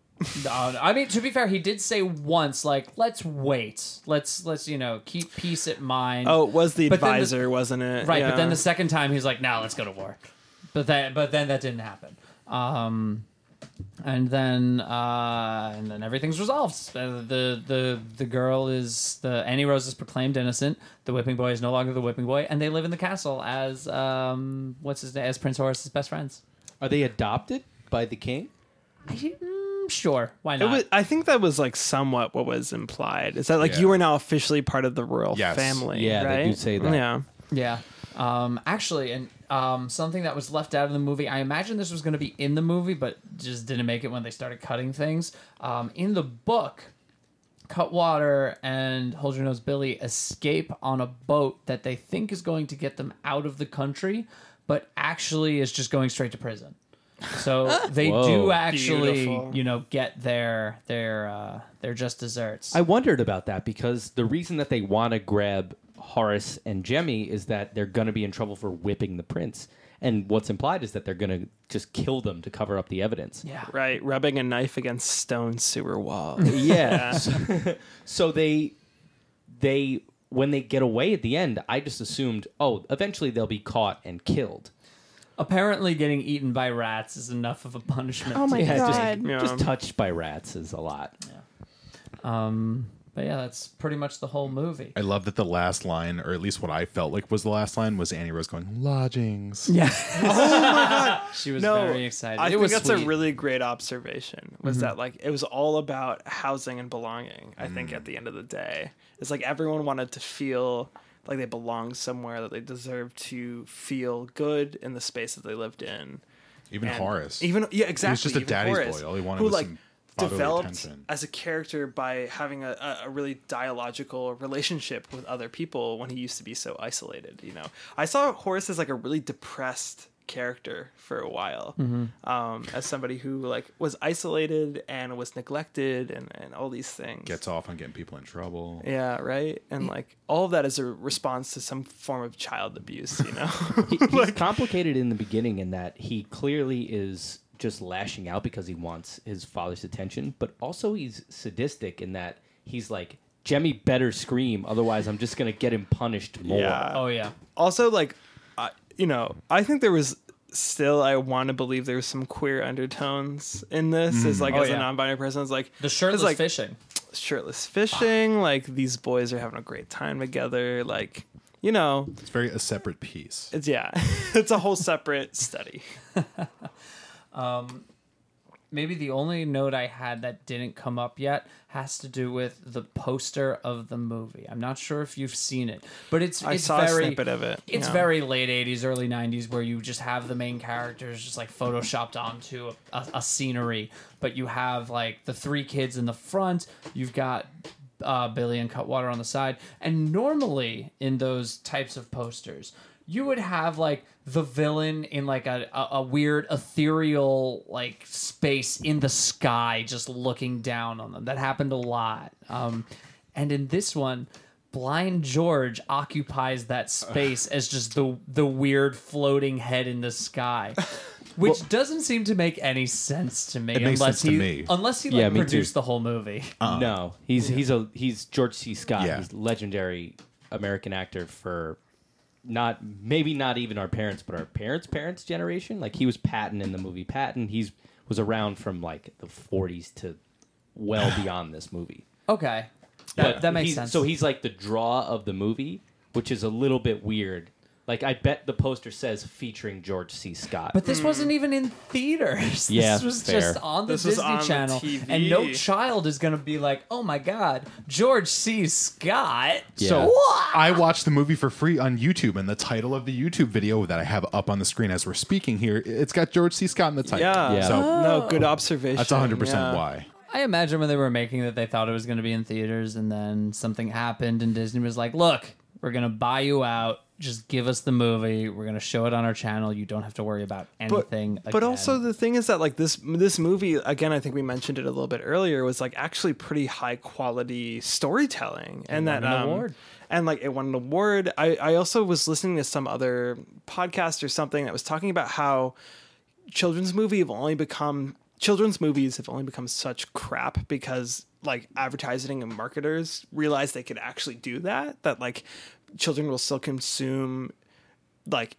[SPEAKER 2] Uh, I mean, to be fair, he did say once, like, "Let's wait. Let's let's you know keep peace at mind."
[SPEAKER 6] Oh, it was the
[SPEAKER 2] But then the-
[SPEAKER 6] advisor, wasn't it?
[SPEAKER 2] Right, but then
[SPEAKER 6] Yeah.
[SPEAKER 2] the second time he's like, "Now let's go to war," but then but then that didn't happen. Um, and then uh, and then everything's resolved. Uh, the the the girl is the Annie Rose is proclaimed innocent. The whipping boy is no longer the whipping boy, and they live in the castle as um what's his name as Prince Horace's best friends.
[SPEAKER 5] Are they adopted by the king?
[SPEAKER 2] I, mm, sure, why
[SPEAKER 6] It
[SPEAKER 2] not?
[SPEAKER 6] was, I think that was like somewhat what was implied. Is that like
[SPEAKER 4] Yeah.
[SPEAKER 6] you are now officially part of the royal
[SPEAKER 4] Yes.
[SPEAKER 6] family?
[SPEAKER 5] Yeah, they
[SPEAKER 6] right?
[SPEAKER 5] do say that.
[SPEAKER 6] Yeah.
[SPEAKER 2] Yeah. Um, actually, and um, something that was left out of the movie, I imagine this was going to be in the movie, but just didn't make it when they started cutting things. Um, in the book, Cutwater and Hold Your Nose Billy escape on a boat that they think is going to get them out of the country, but actually is just going straight to prison. So they do
[SPEAKER 5] Whoa.
[SPEAKER 2] actually,
[SPEAKER 6] Beautiful.
[SPEAKER 2] you know, get their their uh, their just desserts.
[SPEAKER 5] I wondered about that because the reason that they want to grab Horace and Jemmy is that they're going to be in trouble for whipping the prince. And what's implied is that they're going to just kill them to cover up the evidence.
[SPEAKER 2] Yeah.
[SPEAKER 6] Right, rubbing a knife against stone sewer walls.
[SPEAKER 5] Yeah. so, so they they when they get away at the end, I just assumed, oh, eventually they'll be caught and killed.
[SPEAKER 2] Apparently, getting eaten by rats is enough of a punishment.
[SPEAKER 3] Oh my
[SPEAKER 5] Yeah, just-
[SPEAKER 3] god.
[SPEAKER 6] Yeah.
[SPEAKER 5] Just touched by rats is a lot.
[SPEAKER 2] Um, but yeah, that's pretty much the whole movie.
[SPEAKER 4] I love that the last line, or at least what I felt like was the last line, was Annie Rose going lodgings.
[SPEAKER 2] Yeah. oh my god. She was very excited.
[SPEAKER 6] I
[SPEAKER 2] it
[SPEAKER 6] think
[SPEAKER 2] was
[SPEAKER 6] that's a
[SPEAKER 2] sweet. Mm-hmm.
[SPEAKER 6] really great observation. Was that like it was all about housing and belonging? I think
[SPEAKER 2] Mm.
[SPEAKER 6] at the end of the day, it's like everyone wanted to feel like they belonged somewhere, that they deserved to feel good in the space that they lived in.
[SPEAKER 4] Even
[SPEAKER 6] And
[SPEAKER 4] Horace.
[SPEAKER 6] Even yeah, exactly.
[SPEAKER 4] just a
[SPEAKER 6] even
[SPEAKER 4] daddy's
[SPEAKER 6] Horace,
[SPEAKER 4] boy. All he wanted
[SPEAKER 6] who,
[SPEAKER 4] was
[SPEAKER 6] like,
[SPEAKER 4] some bodily
[SPEAKER 6] developed
[SPEAKER 4] attention.
[SPEAKER 6] as a character by having a, a, a really dialogical relationship with other people when he used to be so isolated. You know, I saw Horace as like a really depressed character for a while,
[SPEAKER 4] Mm-hmm.
[SPEAKER 6] um, as somebody who like was isolated and was neglected and and all these things.
[SPEAKER 4] gets off on getting people in trouble.
[SPEAKER 6] yeah, right. And like all of that is a response to some form of child abuse, you know?
[SPEAKER 5] He- he's complicated in the beginning in that he clearly is just lashing out because he wants his father's attention, but also he's sadistic in that he's like, Jemmy better scream, otherwise I'm just gonna get him punished more.
[SPEAKER 2] Oh yeah.
[SPEAKER 6] also like I, you know i think there was still i want to believe there was some queer undertones in this as like
[SPEAKER 2] Oh,
[SPEAKER 6] as
[SPEAKER 2] yeah.
[SPEAKER 6] a non-binary person it's like
[SPEAKER 2] The
[SPEAKER 6] it's
[SPEAKER 2] shirtless
[SPEAKER 6] like
[SPEAKER 2] fishing.
[SPEAKER 6] shirtless fishing like these boys are having a great time together like you know
[SPEAKER 4] It's very a separate piece.
[SPEAKER 6] it's yeah it's a whole separate study
[SPEAKER 2] Maybe the only note I had that didn't come up yet has to do with the poster of the movie. I'm not sure if you've seen it, but it's
[SPEAKER 6] I
[SPEAKER 2] it's
[SPEAKER 6] saw a
[SPEAKER 2] very
[SPEAKER 6] snippet of it,
[SPEAKER 2] It's
[SPEAKER 6] yeah.
[SPEAKER 2] very late 80s, early 90s, where you just have the main characters just like photoshopped onto a, a, a scenery, but you have like the three kids in the front. You've got uh, Billy and Cutwater on the side, and normally in those types of posters. You would have like the villain in like a, a, a weird ethereal like space in the sky just looking down on them. That happened a lot. Um, and in this one, Blind George occupies that space as just the the weird floating head in the sky, which doesn't seem to make any sense to me.
[SPEAKER 4] It makes
[SPEAKER 2] unless
[SPEAKER 4] sense to
[SPEAKER 2] he,
[SPEAKER 4] me.
[SPEAKER 2] Unless he like
[SPEAKER 5] Yeah, me Uh, too.
[SPEAKER 2] produced the whole movie.
[SPEAKER 5] No, he's he's a he's George C. Scott.
[SPEAKER 4] Yeah.
[SPEAKER 5] He's a legendary American actor for not maybe not even our parents, but our parents' parents' generation. Like he was Patton in the movie Patton. He's was around from like the 40s to well beyond this movie.
[SPEAKER 2] Okay, that, that makes
[SPEAKER 5] he's-
[SPEAKER 2] sense.
[SPEAKER 5] So he's like the draw of the movie, which is a little bit weird. Like I bet the poster says featuring George C. Scott.
[SPEAKER 2] But this wasn't even in theaters.
[SPEAKER 5] Yeah,
[SPEAKER 2] this was
[SPEAKER 5] fair.
[SPEAKER 2] just on the
[SPEAKER 6] This was
[SPEAKER 2] Disney
[SPEAKER 6] on the
[SPEAKER 2] Channel,
[SPEAKER 6] TV.
[SPEAKER 2] and no child is gonna be like, "Oh my God, George C. Scott."
[SPEAKER 5] Yeah.
[SPEAKER 4] So I watched the movie for free on YouTube, and the title of the YouTube video that I have up on the screen as we're speaking here, it's got George C. Scott in the title.
[SPEAKER 6] yeah,
[SPEAKER 5] Yeah.
[SPEAKER 4] So
[SPEAKER 6] no good observation
[SPEAKER 4] that's 100%
[SPEAKER 6] yeah.
[SPEAKER 4] why.
[SPEAKER 2] I imagine when they were making it, they thought it was going to be in theaters, and then something happened, and Disney was like, "Look, we're going to buy you out. Just give us the movie. We're going to show it on our channel. You don't have to worry about anything."
[SPEAKER 6] But, but
[SPEAKER 2] again."
[SPEAKER 6] also the thing is that like this this movie again, I think we mentioned it a little bit earlier was like actually pretty high quality storytelling, and that
[SPEAKER 5] an
[SPEAKER 6] um,
[SPEAKER 5] award.
[SPEAKER 6] and like it won an award. I I also was listening to some other podcast or something that was talking about how children's movie have only become children's movies have only become such crap because like advertising and marketers realize they could actually do that that like children will still consume like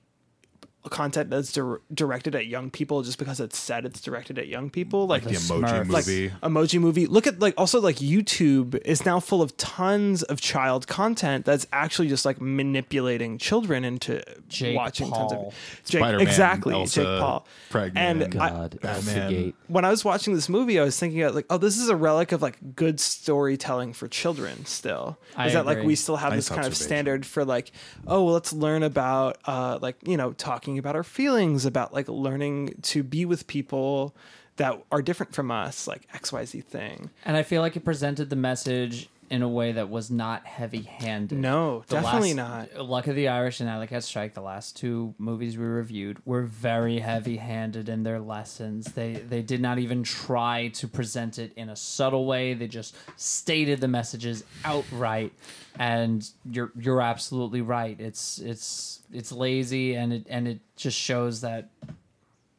[SPEAKER 6] content that's dir- directed at young people just because it's said it's directed at young people like
[SPEAKER 4] The emoji
[SPEAKER 2] Smurfs.
[SPEAKER 6] like
[SPEAKER 4] movie.
[SPEAKER 6] emoji movie look at like also like youtube is now full of tons of child content that's actually just like manipulating children into
[SPEAKER 2] Jake
[SPEAKER 6] watching tons
[SPEAKER 2] Paul.
[SPEAKER 6] of Jake,
[SPEAKER 4] Spider-Man,
[SPEAKER 6] exactly
[SPEAKER 4] Elsa,
[SPEAKER 6] jake paul
[SPEAKER 4] pregnant.
[SPEAKER 6] and I-
[SPEAKER 5] God,
[SPEAKER 4] Batman.
[SPEAKER 5] Gate.
[SPEAKER 6] when I was watching this movie, I was thinking about like, oh, this is a relic of like good storytelling for children. Still, is
[SPEAKER 2] I
[SPEAKER 6] that like
[SPEAKER 2] agree.
[SPEAKER 6] we still have
[SPEAKER 4] Nice
[SPEAKER 6] this kind of
[SPEAKER 4] observation.
[SPEAKER 6] standard for like, oh, well, let's learn about uh, like you know talking about our feelings, about like learning to be with people that are different from us, like X Y Z thing.
[SPEAKER 2] and I feel like it presented the message in a way that was not heavy-handed.
[SPEAKER 6] No, definitely
[SPEAKER 2] last- Luck of the Irish and Alley Cat Strike, the last two movies we reviewed, were very heavy-handed in their lessons. They they did not even try to present it in a subtle way. They just stated the messages outright. And you're you're absolutely right. It's it's it's lazy and it and it just shows that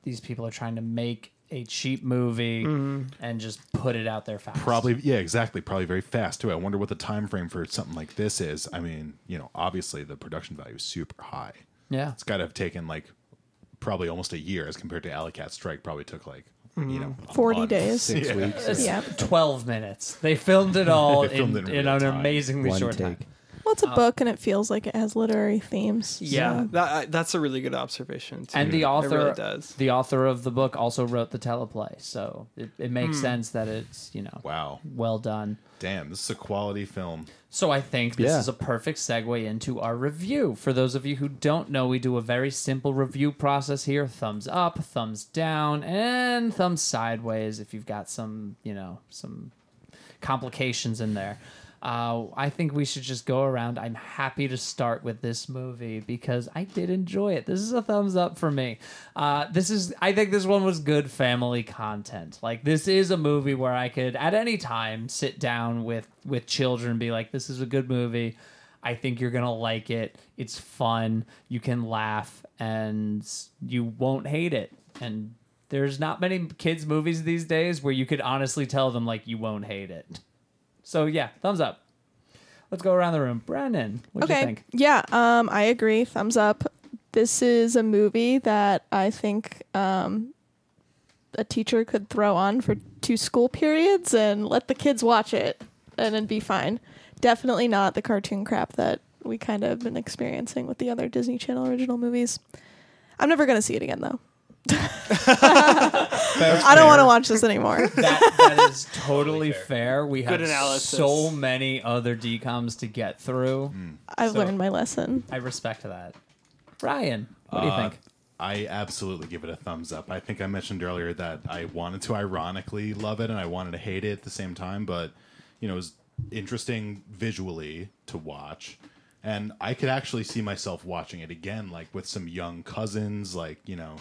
[SPEAKER 2] these people are trying to make a cheap movie
[SPEAKER 6] Mm-hmm.
[SPEAKER 2] and just put it out there fast.
[SPEAKER 4] Probably, yeah, exactly. Probably very fast too. I wonder what the time frame for something like this is. I mean, you know, obviously the production value is super high.
[SPEAKER 2] Yeah.
[SPEAKER 4] It's got to have taken like probably almost a year, as compared to Alley Cat Strike. Probably took like you know a
[SPEAKER 3] 40
[SPEAKER 4] month.
[SPEAKER 3] days.
[SPEAKER 5] six weeks, or
[SPEAKER 3] Yeah.
[SPEAKER 2] 12 minutes. They filmed it all
[SPEAKER 4] They filmed
[SPEAKER 2] in,
[SPEAKER 4] it
[SPEAKER 2] in,
[SPEAKER 4] in real
[SPEAKER 2] an
[SPEAKER 4] time.
[SPEAKER 2] amazingly
[SPEAKER 5] one
[SPEAKER 2] short
[SPEAKER 5] take.
[SPEAKER 2] time.
[SPEAKER 3] Well,
[SPEAKER 2] Uh,
[SPEAKER 3] it's a book, and it feels like it has literary themes.
[SPEAKER 6] Yeah, that, I- that's a really good observation. Too.
[SPEAKER 2] And the author,
[SPEAKER 6] really does.
[SPEAKER 2] the author of the book, also wrote the teleplay, so it, it makes sense that it's you know
[SPEAKER 4] Wow,
[SPEAKER 2] well done.
[SPEAKER 4] damn, this is a quality film.
[SPEAKER 2] So I think this
[SPEAKER 5] Yeah.
[SPEAKER 2] is a perfect segue into our review. For those of you who don't know, we do a very simple review process here: thumbs up, thumbs down, and thumbs sideways if you've got some you know some complications in there. Uh, I think we should just go around. I'm happy to start with this movie because I did enjoy it. This is a thumbs up for me. Uh, this is, I think this one was good family content. Like this is a movie where I could at any time sit down with with children, and be like, this is a good movie. I think you're gonna like it. It's fun. You can laugh and you won't hate it. And there's not many kids movies these days where you could honestly tell them like you won't hate it. So yeah, thumbs up. Let's go around the room. Brennan, what do you think?
[SPEAKER 3] Yeah, um, I agree. Thumbs up. This is a movie that I think um, a teacher could throw on for two school periods and let the kids watch it and it'd be fine. Definitely not the cartoon crap that we kind of been experiencing with the other Disney Channel original movies. I'm never going to see it again, though. I don't want to watch this anymore.
[SPEAKER 2] That, that is totally fair. We have
[SPEAKER 6] Good analysis.
[SPEAKER 2] so many other DComs to get through.
[SPEAKER 3] I've
[SPEAKER 2] So-
[SPEAKER 3] learned my lesson.
[SPEAKER 2] I respect that. Ryan, what do you
[SPEAKER 4] Uh,
[SPEAKER 2] think?
[SPEAKER 4] I absolutely give it a thumbs up. I think I mentioned earlier that I wanted to ironically love it and I wanted to hate it at the same time, but you know, it was interesting visually to watch. And I could actually see myself watching it again, like with some young cousins, like, you know,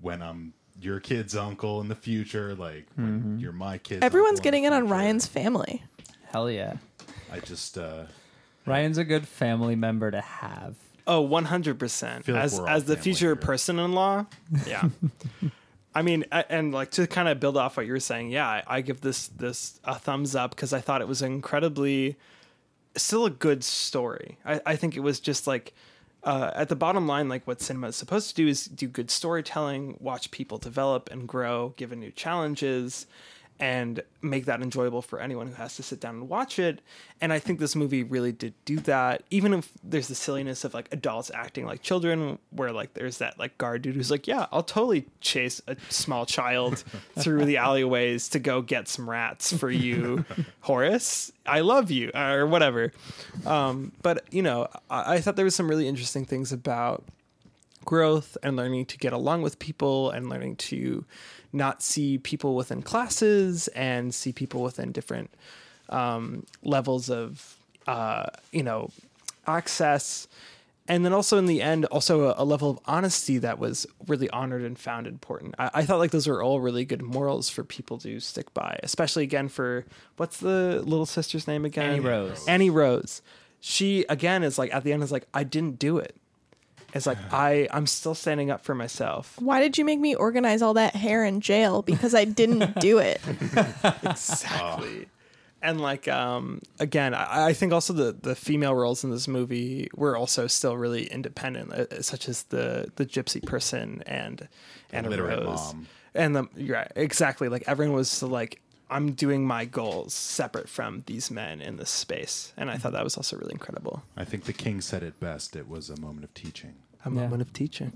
[SPEAKER 4] when I'm your kid's uncle in the future, like
[SPEAKER 2] Mm-hmm.
[SPEAKER 4] when you're my kid.
[SPEAKER 3] Everyone's getting in on Ryan's family.
[SPEAKER 2] Hell yeah.
[SPEAKER 4] I just uh
[SPEAKER 2] Ryan's a good family member to have.
[SPEAKER 6] Oh, 100%.
[SPEAKER 4] feel like
[SPEAKER 6] as
[SPEAKER 4] we're all
[SPEAKER 6] as the
[SPEAKER 4] family
[SPEAKER 6] future
[SPEAKER 4] here.
[SPEAKER 6] person in law. Yeah. I mean, a- and like to kind of build off what you were saying, yeah, I, I give this this a thumbs up because I thought it was incredibly still a good story. I, I think it was just like uh, at the bottom line, like what cinema is supposed to do is do good storytelling, watch people develop and grow, given new challenges, and make that enjoyable for anyone who has to sit down and watch it. And I think this movie really did do that. Even if there's the silliness of like adults acting like children, where like there's that like guard dude who's like, yeah, I'll totally chase a small child through the alleyways to go get some rats for you, Horace. I love you, or whatever. Um, but you know, I, I thought there was some really interesting things about growth and learning to get along with people and learning to not see people within classes and see people within different um, levels of uh, you know access and then also in the end also a, a level of honesty that was really honored and found important I, I thought like those were all really good morals for people to stick by especially again for what's the little sister's name again
[SPEAKER 2] Annie Rose.
[SPEAKER 6] annie rose she again is like at the end is like i didn't do it it's like I I'm still standing up for myself.
[SPEAKER 3] Why did you make me organize all that hair in jail? Because I didn't do it.
[SPEAKER 6] Exactly. And like um again, I, I think also the the female roles in this movie were also still really independent, uh, such as the the gypsy person and and
[SPEAKER 4] Illiterate
[SPEAKER 6] Rose.
[SPEAKER 4] mom.
[SPEAKER 6] And the yeah, exactly. Like everyone was still like I'm doing my goals separate from these men in this space. And I thought that was also really incredible.
[SPEAKER 4] I think the king said it best. It was a moment of teaching.
[SPEAKER 6] A moment of teaching.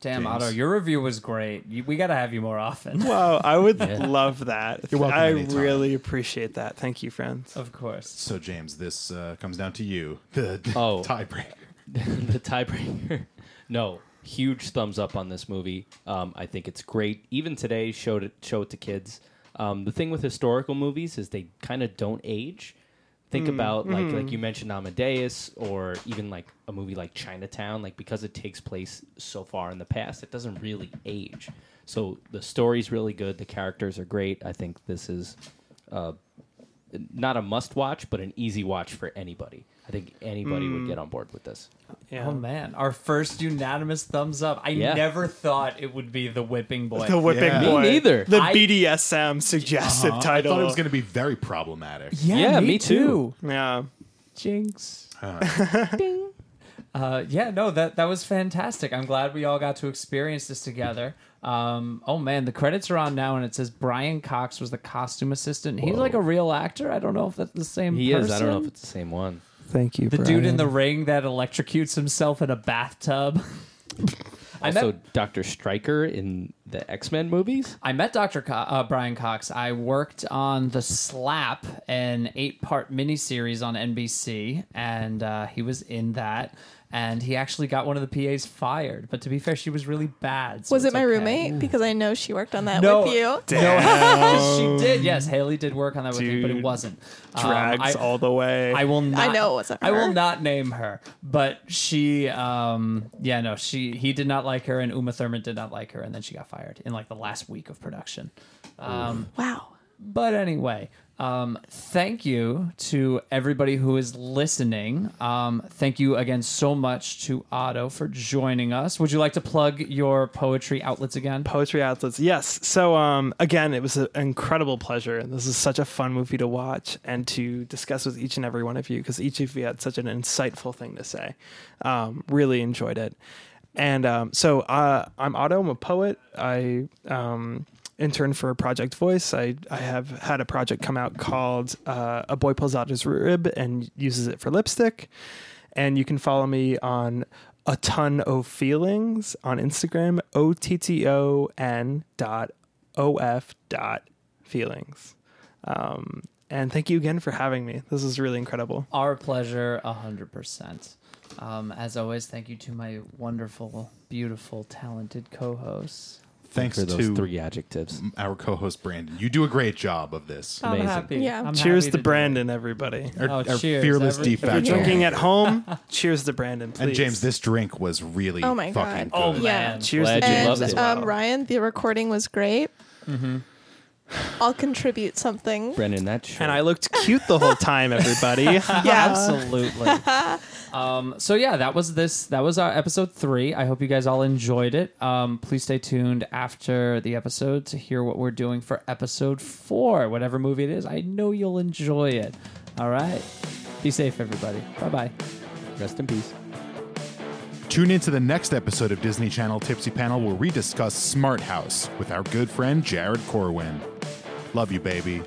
[SPEAKER 2] Damn,
[SPEAKER 4] James.
[SPEAKER 2] Otto, your review was great. You, we got to have you more often.
[SPEAKER 6] Wow, I would love that.
[SPEAKER 4] You're welcome
[SPEAKER 6] I
[SPEAKER 4] anytime.
[SPEAKER 6] really appreciate that. Thank you, friends.
[SPEAKER 2] Of course.
[SPEAKER 4] So James, this uh, comes down to you, the
[SPEAKER 5] Oh.
[SPEAKER 4] tiebreaker.
[SPEAKER 5] the tiebreaker. no, huge thumbs up on this movie. Um, I think it's great. Even today, showed it show it to kids. Um, the thing with historical movies is they kind of don't age. think about like like you mentioned Amadeus or even like a movie like Chinatown like because it takes place so far in the past it doesn't really age so the story's really good the characters are great I think this is uh, not a must watch but an easy watch for anybody I think anybody would get on board with this
[SPEAKER 6] Yeah.
[SPEAKER 2] Oh man, our first unanimous thumbs up. I
[SPEAKER 5] Yeah.
[SPEAKER 2] never thought it would be the whipping boy.
[SPEAKER 6] The whipping
[SPEAKER 4] Yeah. Me
[SPEAKER 6] boy.
[SPEAKER 5] neither.
[SPEAKER 6] The
[SPEAKER 2] I-
[SPEAKER 6] BDSM suggestive
[SPEAKER 4] Uh, I
[SPEAKER 6] title.
[SPEAKER 4] thought it was going to be very problematic.
[SPEAKER 2] yeah,
[SPEAKER 5] Yeah,
[SPEAKER 2] me,
[SPEAKER 5] me
[SPEAKER 2] too.
[SPEAKER 5] too.
[SPEAKER 6] yeah.
[SPEAKER 2] Jinx.
[SPEAKER 4] Uh,
[SPEAKER 2] Uh, yeah, no, that that was fantastic. I'm glad we all got to experience this together. Um, oh man, the credits are on now, and it says Brian Cox was the costume assistant. He's
[SPEAKER 5] Whoa.
[SPEAKER 2] like a real actor. I don't know if that's the same.
[SPEAKER 5] he is I don't know if
[SPEAKER 2] person.
[SPEAKER 5] it's the same one
[SPEAKER 6] Thank you,
[SPEAKER 2] the dude in the ring that electrocutes himself in a bathtub. I
[SPEAKER 5] also
[SPEAKER 2] met
[SPEAKER 5] Doctor Stryker in the X Men movies
[SPEAKER 2] I met Dr. Co- uh, Brian Cox. I worked on The Slap, an eight part miniseries on NBC, and uh, he was in that. And he actually got one of the PAs fired. But to be fair, she was really bad. so
[SPEAKER 3] Was it
[SPEAKER 2] it's
[SPEAKER 3] my
[SPEAKER 2] okay.
[SPEAKER 3] roommate? Because I know she worked on that
[SPEAKER 2] No.
[SPEAKER 3] with you.
[SPEAKER 2] No, she did. Yes, Haley did work on that with me, but it
[SPEAKER 6] Dude.
[SPEAKER 2] wasn't. Um,
[SPEAKER 6] drags
[SPEAKER 2] I-
[SPEAKER 6] all the way.
[SPEAKER 2] I will not.
[SPEAKER 3] know it wasn't
[SPEAKER 2] I will
[SPEAKER 3] her.
[SPEAKER 2] not name her, but she, um, yeah, no, she. He did not like her, and Uma Thurman did not like her, and then she got fired in like the last week of production. Um,
[SPEAKER 3] Wow.
[SPEAKER 2] but anyway, um, thank you to everybody who is listening. Um, thank you again so much to Otto for joining us. Would you like to plug your poetry outlets again?
[SPEAKER 6] poetry outlets. Yes. So um, again, it was an incredible pleasure. This is such a fun movie to watch and to discuss with each and every one of you because each of you had such an insightful thing to say. Um, really enjoyed it. And um, so uh, I'm Otto. I'm a poet. I um, interned for Project Voice. I, I have had a project come out called uh, A Boy Pulls Out His Rib and Uses It for Lipstick. And you can follow me on a ton of feelings on Instagram, O T T O N dot O F dot feelings. Um, and thank you again for having me. This is really incredible.
[SPEAKER 2] Our pleasure, 100%. Um, as always, thank you to my wonderful, beautiful, talented co hosts.
[SPEAKER 4] thanks
[SPEAKER 5] for those
[SPEAKER 4] to
[SPEAKER 5] three adjectives.
[SPEAKER 4] our co-host Brandon. You do a great job of this.
[SPEAKER 6] Oh,
[SPEAKER 2] I'm
[SPEAKER 5] Amazing.
[SPEAKER 2] happy.
[SPEAKER 3] Yeah.
[SPEAKER 2] I'm
[SPEAKER 6] cheers
[SPEAKER 2] happy
[SPEAKER 6] to
[SPEAKER 2] do
[SPEAKER 6] Brandon, everybody.
[SPEAKER 4] Our,
[SPEAKER 2] Oh,
[SPEAKER 4] our
[SPEAKER 2] cheers,
[SPEAKER 4] fearless
[SPEAKER 2] every-
[SPEAKER 4] deep
[SPEAKER 6] If you're
[SPEAKER 4] fat
[SPEAKER 6] drinking
[SPEAKER 4] gentleman.
[SPEAKER 6] at home, cheers to Brandon, please.
[SPEAKER 4] And James, this drink was really
[SPEAKER 3] Oh my
[SPEAKER 4] fucking
[SPEAKER 3] God.
[SPEAKER 4] good.
[SPEAKER 2] it. Oh,
[SPEAKER 3] Yeah.
[SPEAKER 2] man.
[SPEAKER 6] cheers
[SPEAKER 5] Glad
[SPEAKER 6] to
[SPEAKER 5] you
[SPEAKER 6] James
[SPEAKER 5] loved
[SPEAKER 6] as
[SPEAKER 3] And
[SPEAKER 5] it.
[SPEAKER 6] well.
[SPEAKER 3] um, Ryan, the recording was great.
[SPEAKER 2] Mm-hmm.
[SPEAKER 3] I'll contribute something.
[SPEAKER 5] Brendan, that shirt.
[SPEAKER 6] And I looked cute the whole time, everybody.
[SPEAKER 3] Yeah.
[SPEAKER 2] Absolutely. um, so yeah, that was this. That was our episode three. I hope you guys all enjoyed it. Um, please stay tuned after the episode to hear what we're doing for episode four, whatever movie it is. I know you'll enjoy it. All right. Be safe, everybody. Bye bye.
[SPEAKER 5] rest in peace.
[SPEAKER 4] Tune into the next episode of Disney Channel Tipsy Panel where we discuss Smart House with our good friend Jared Corwin. Love you, baby.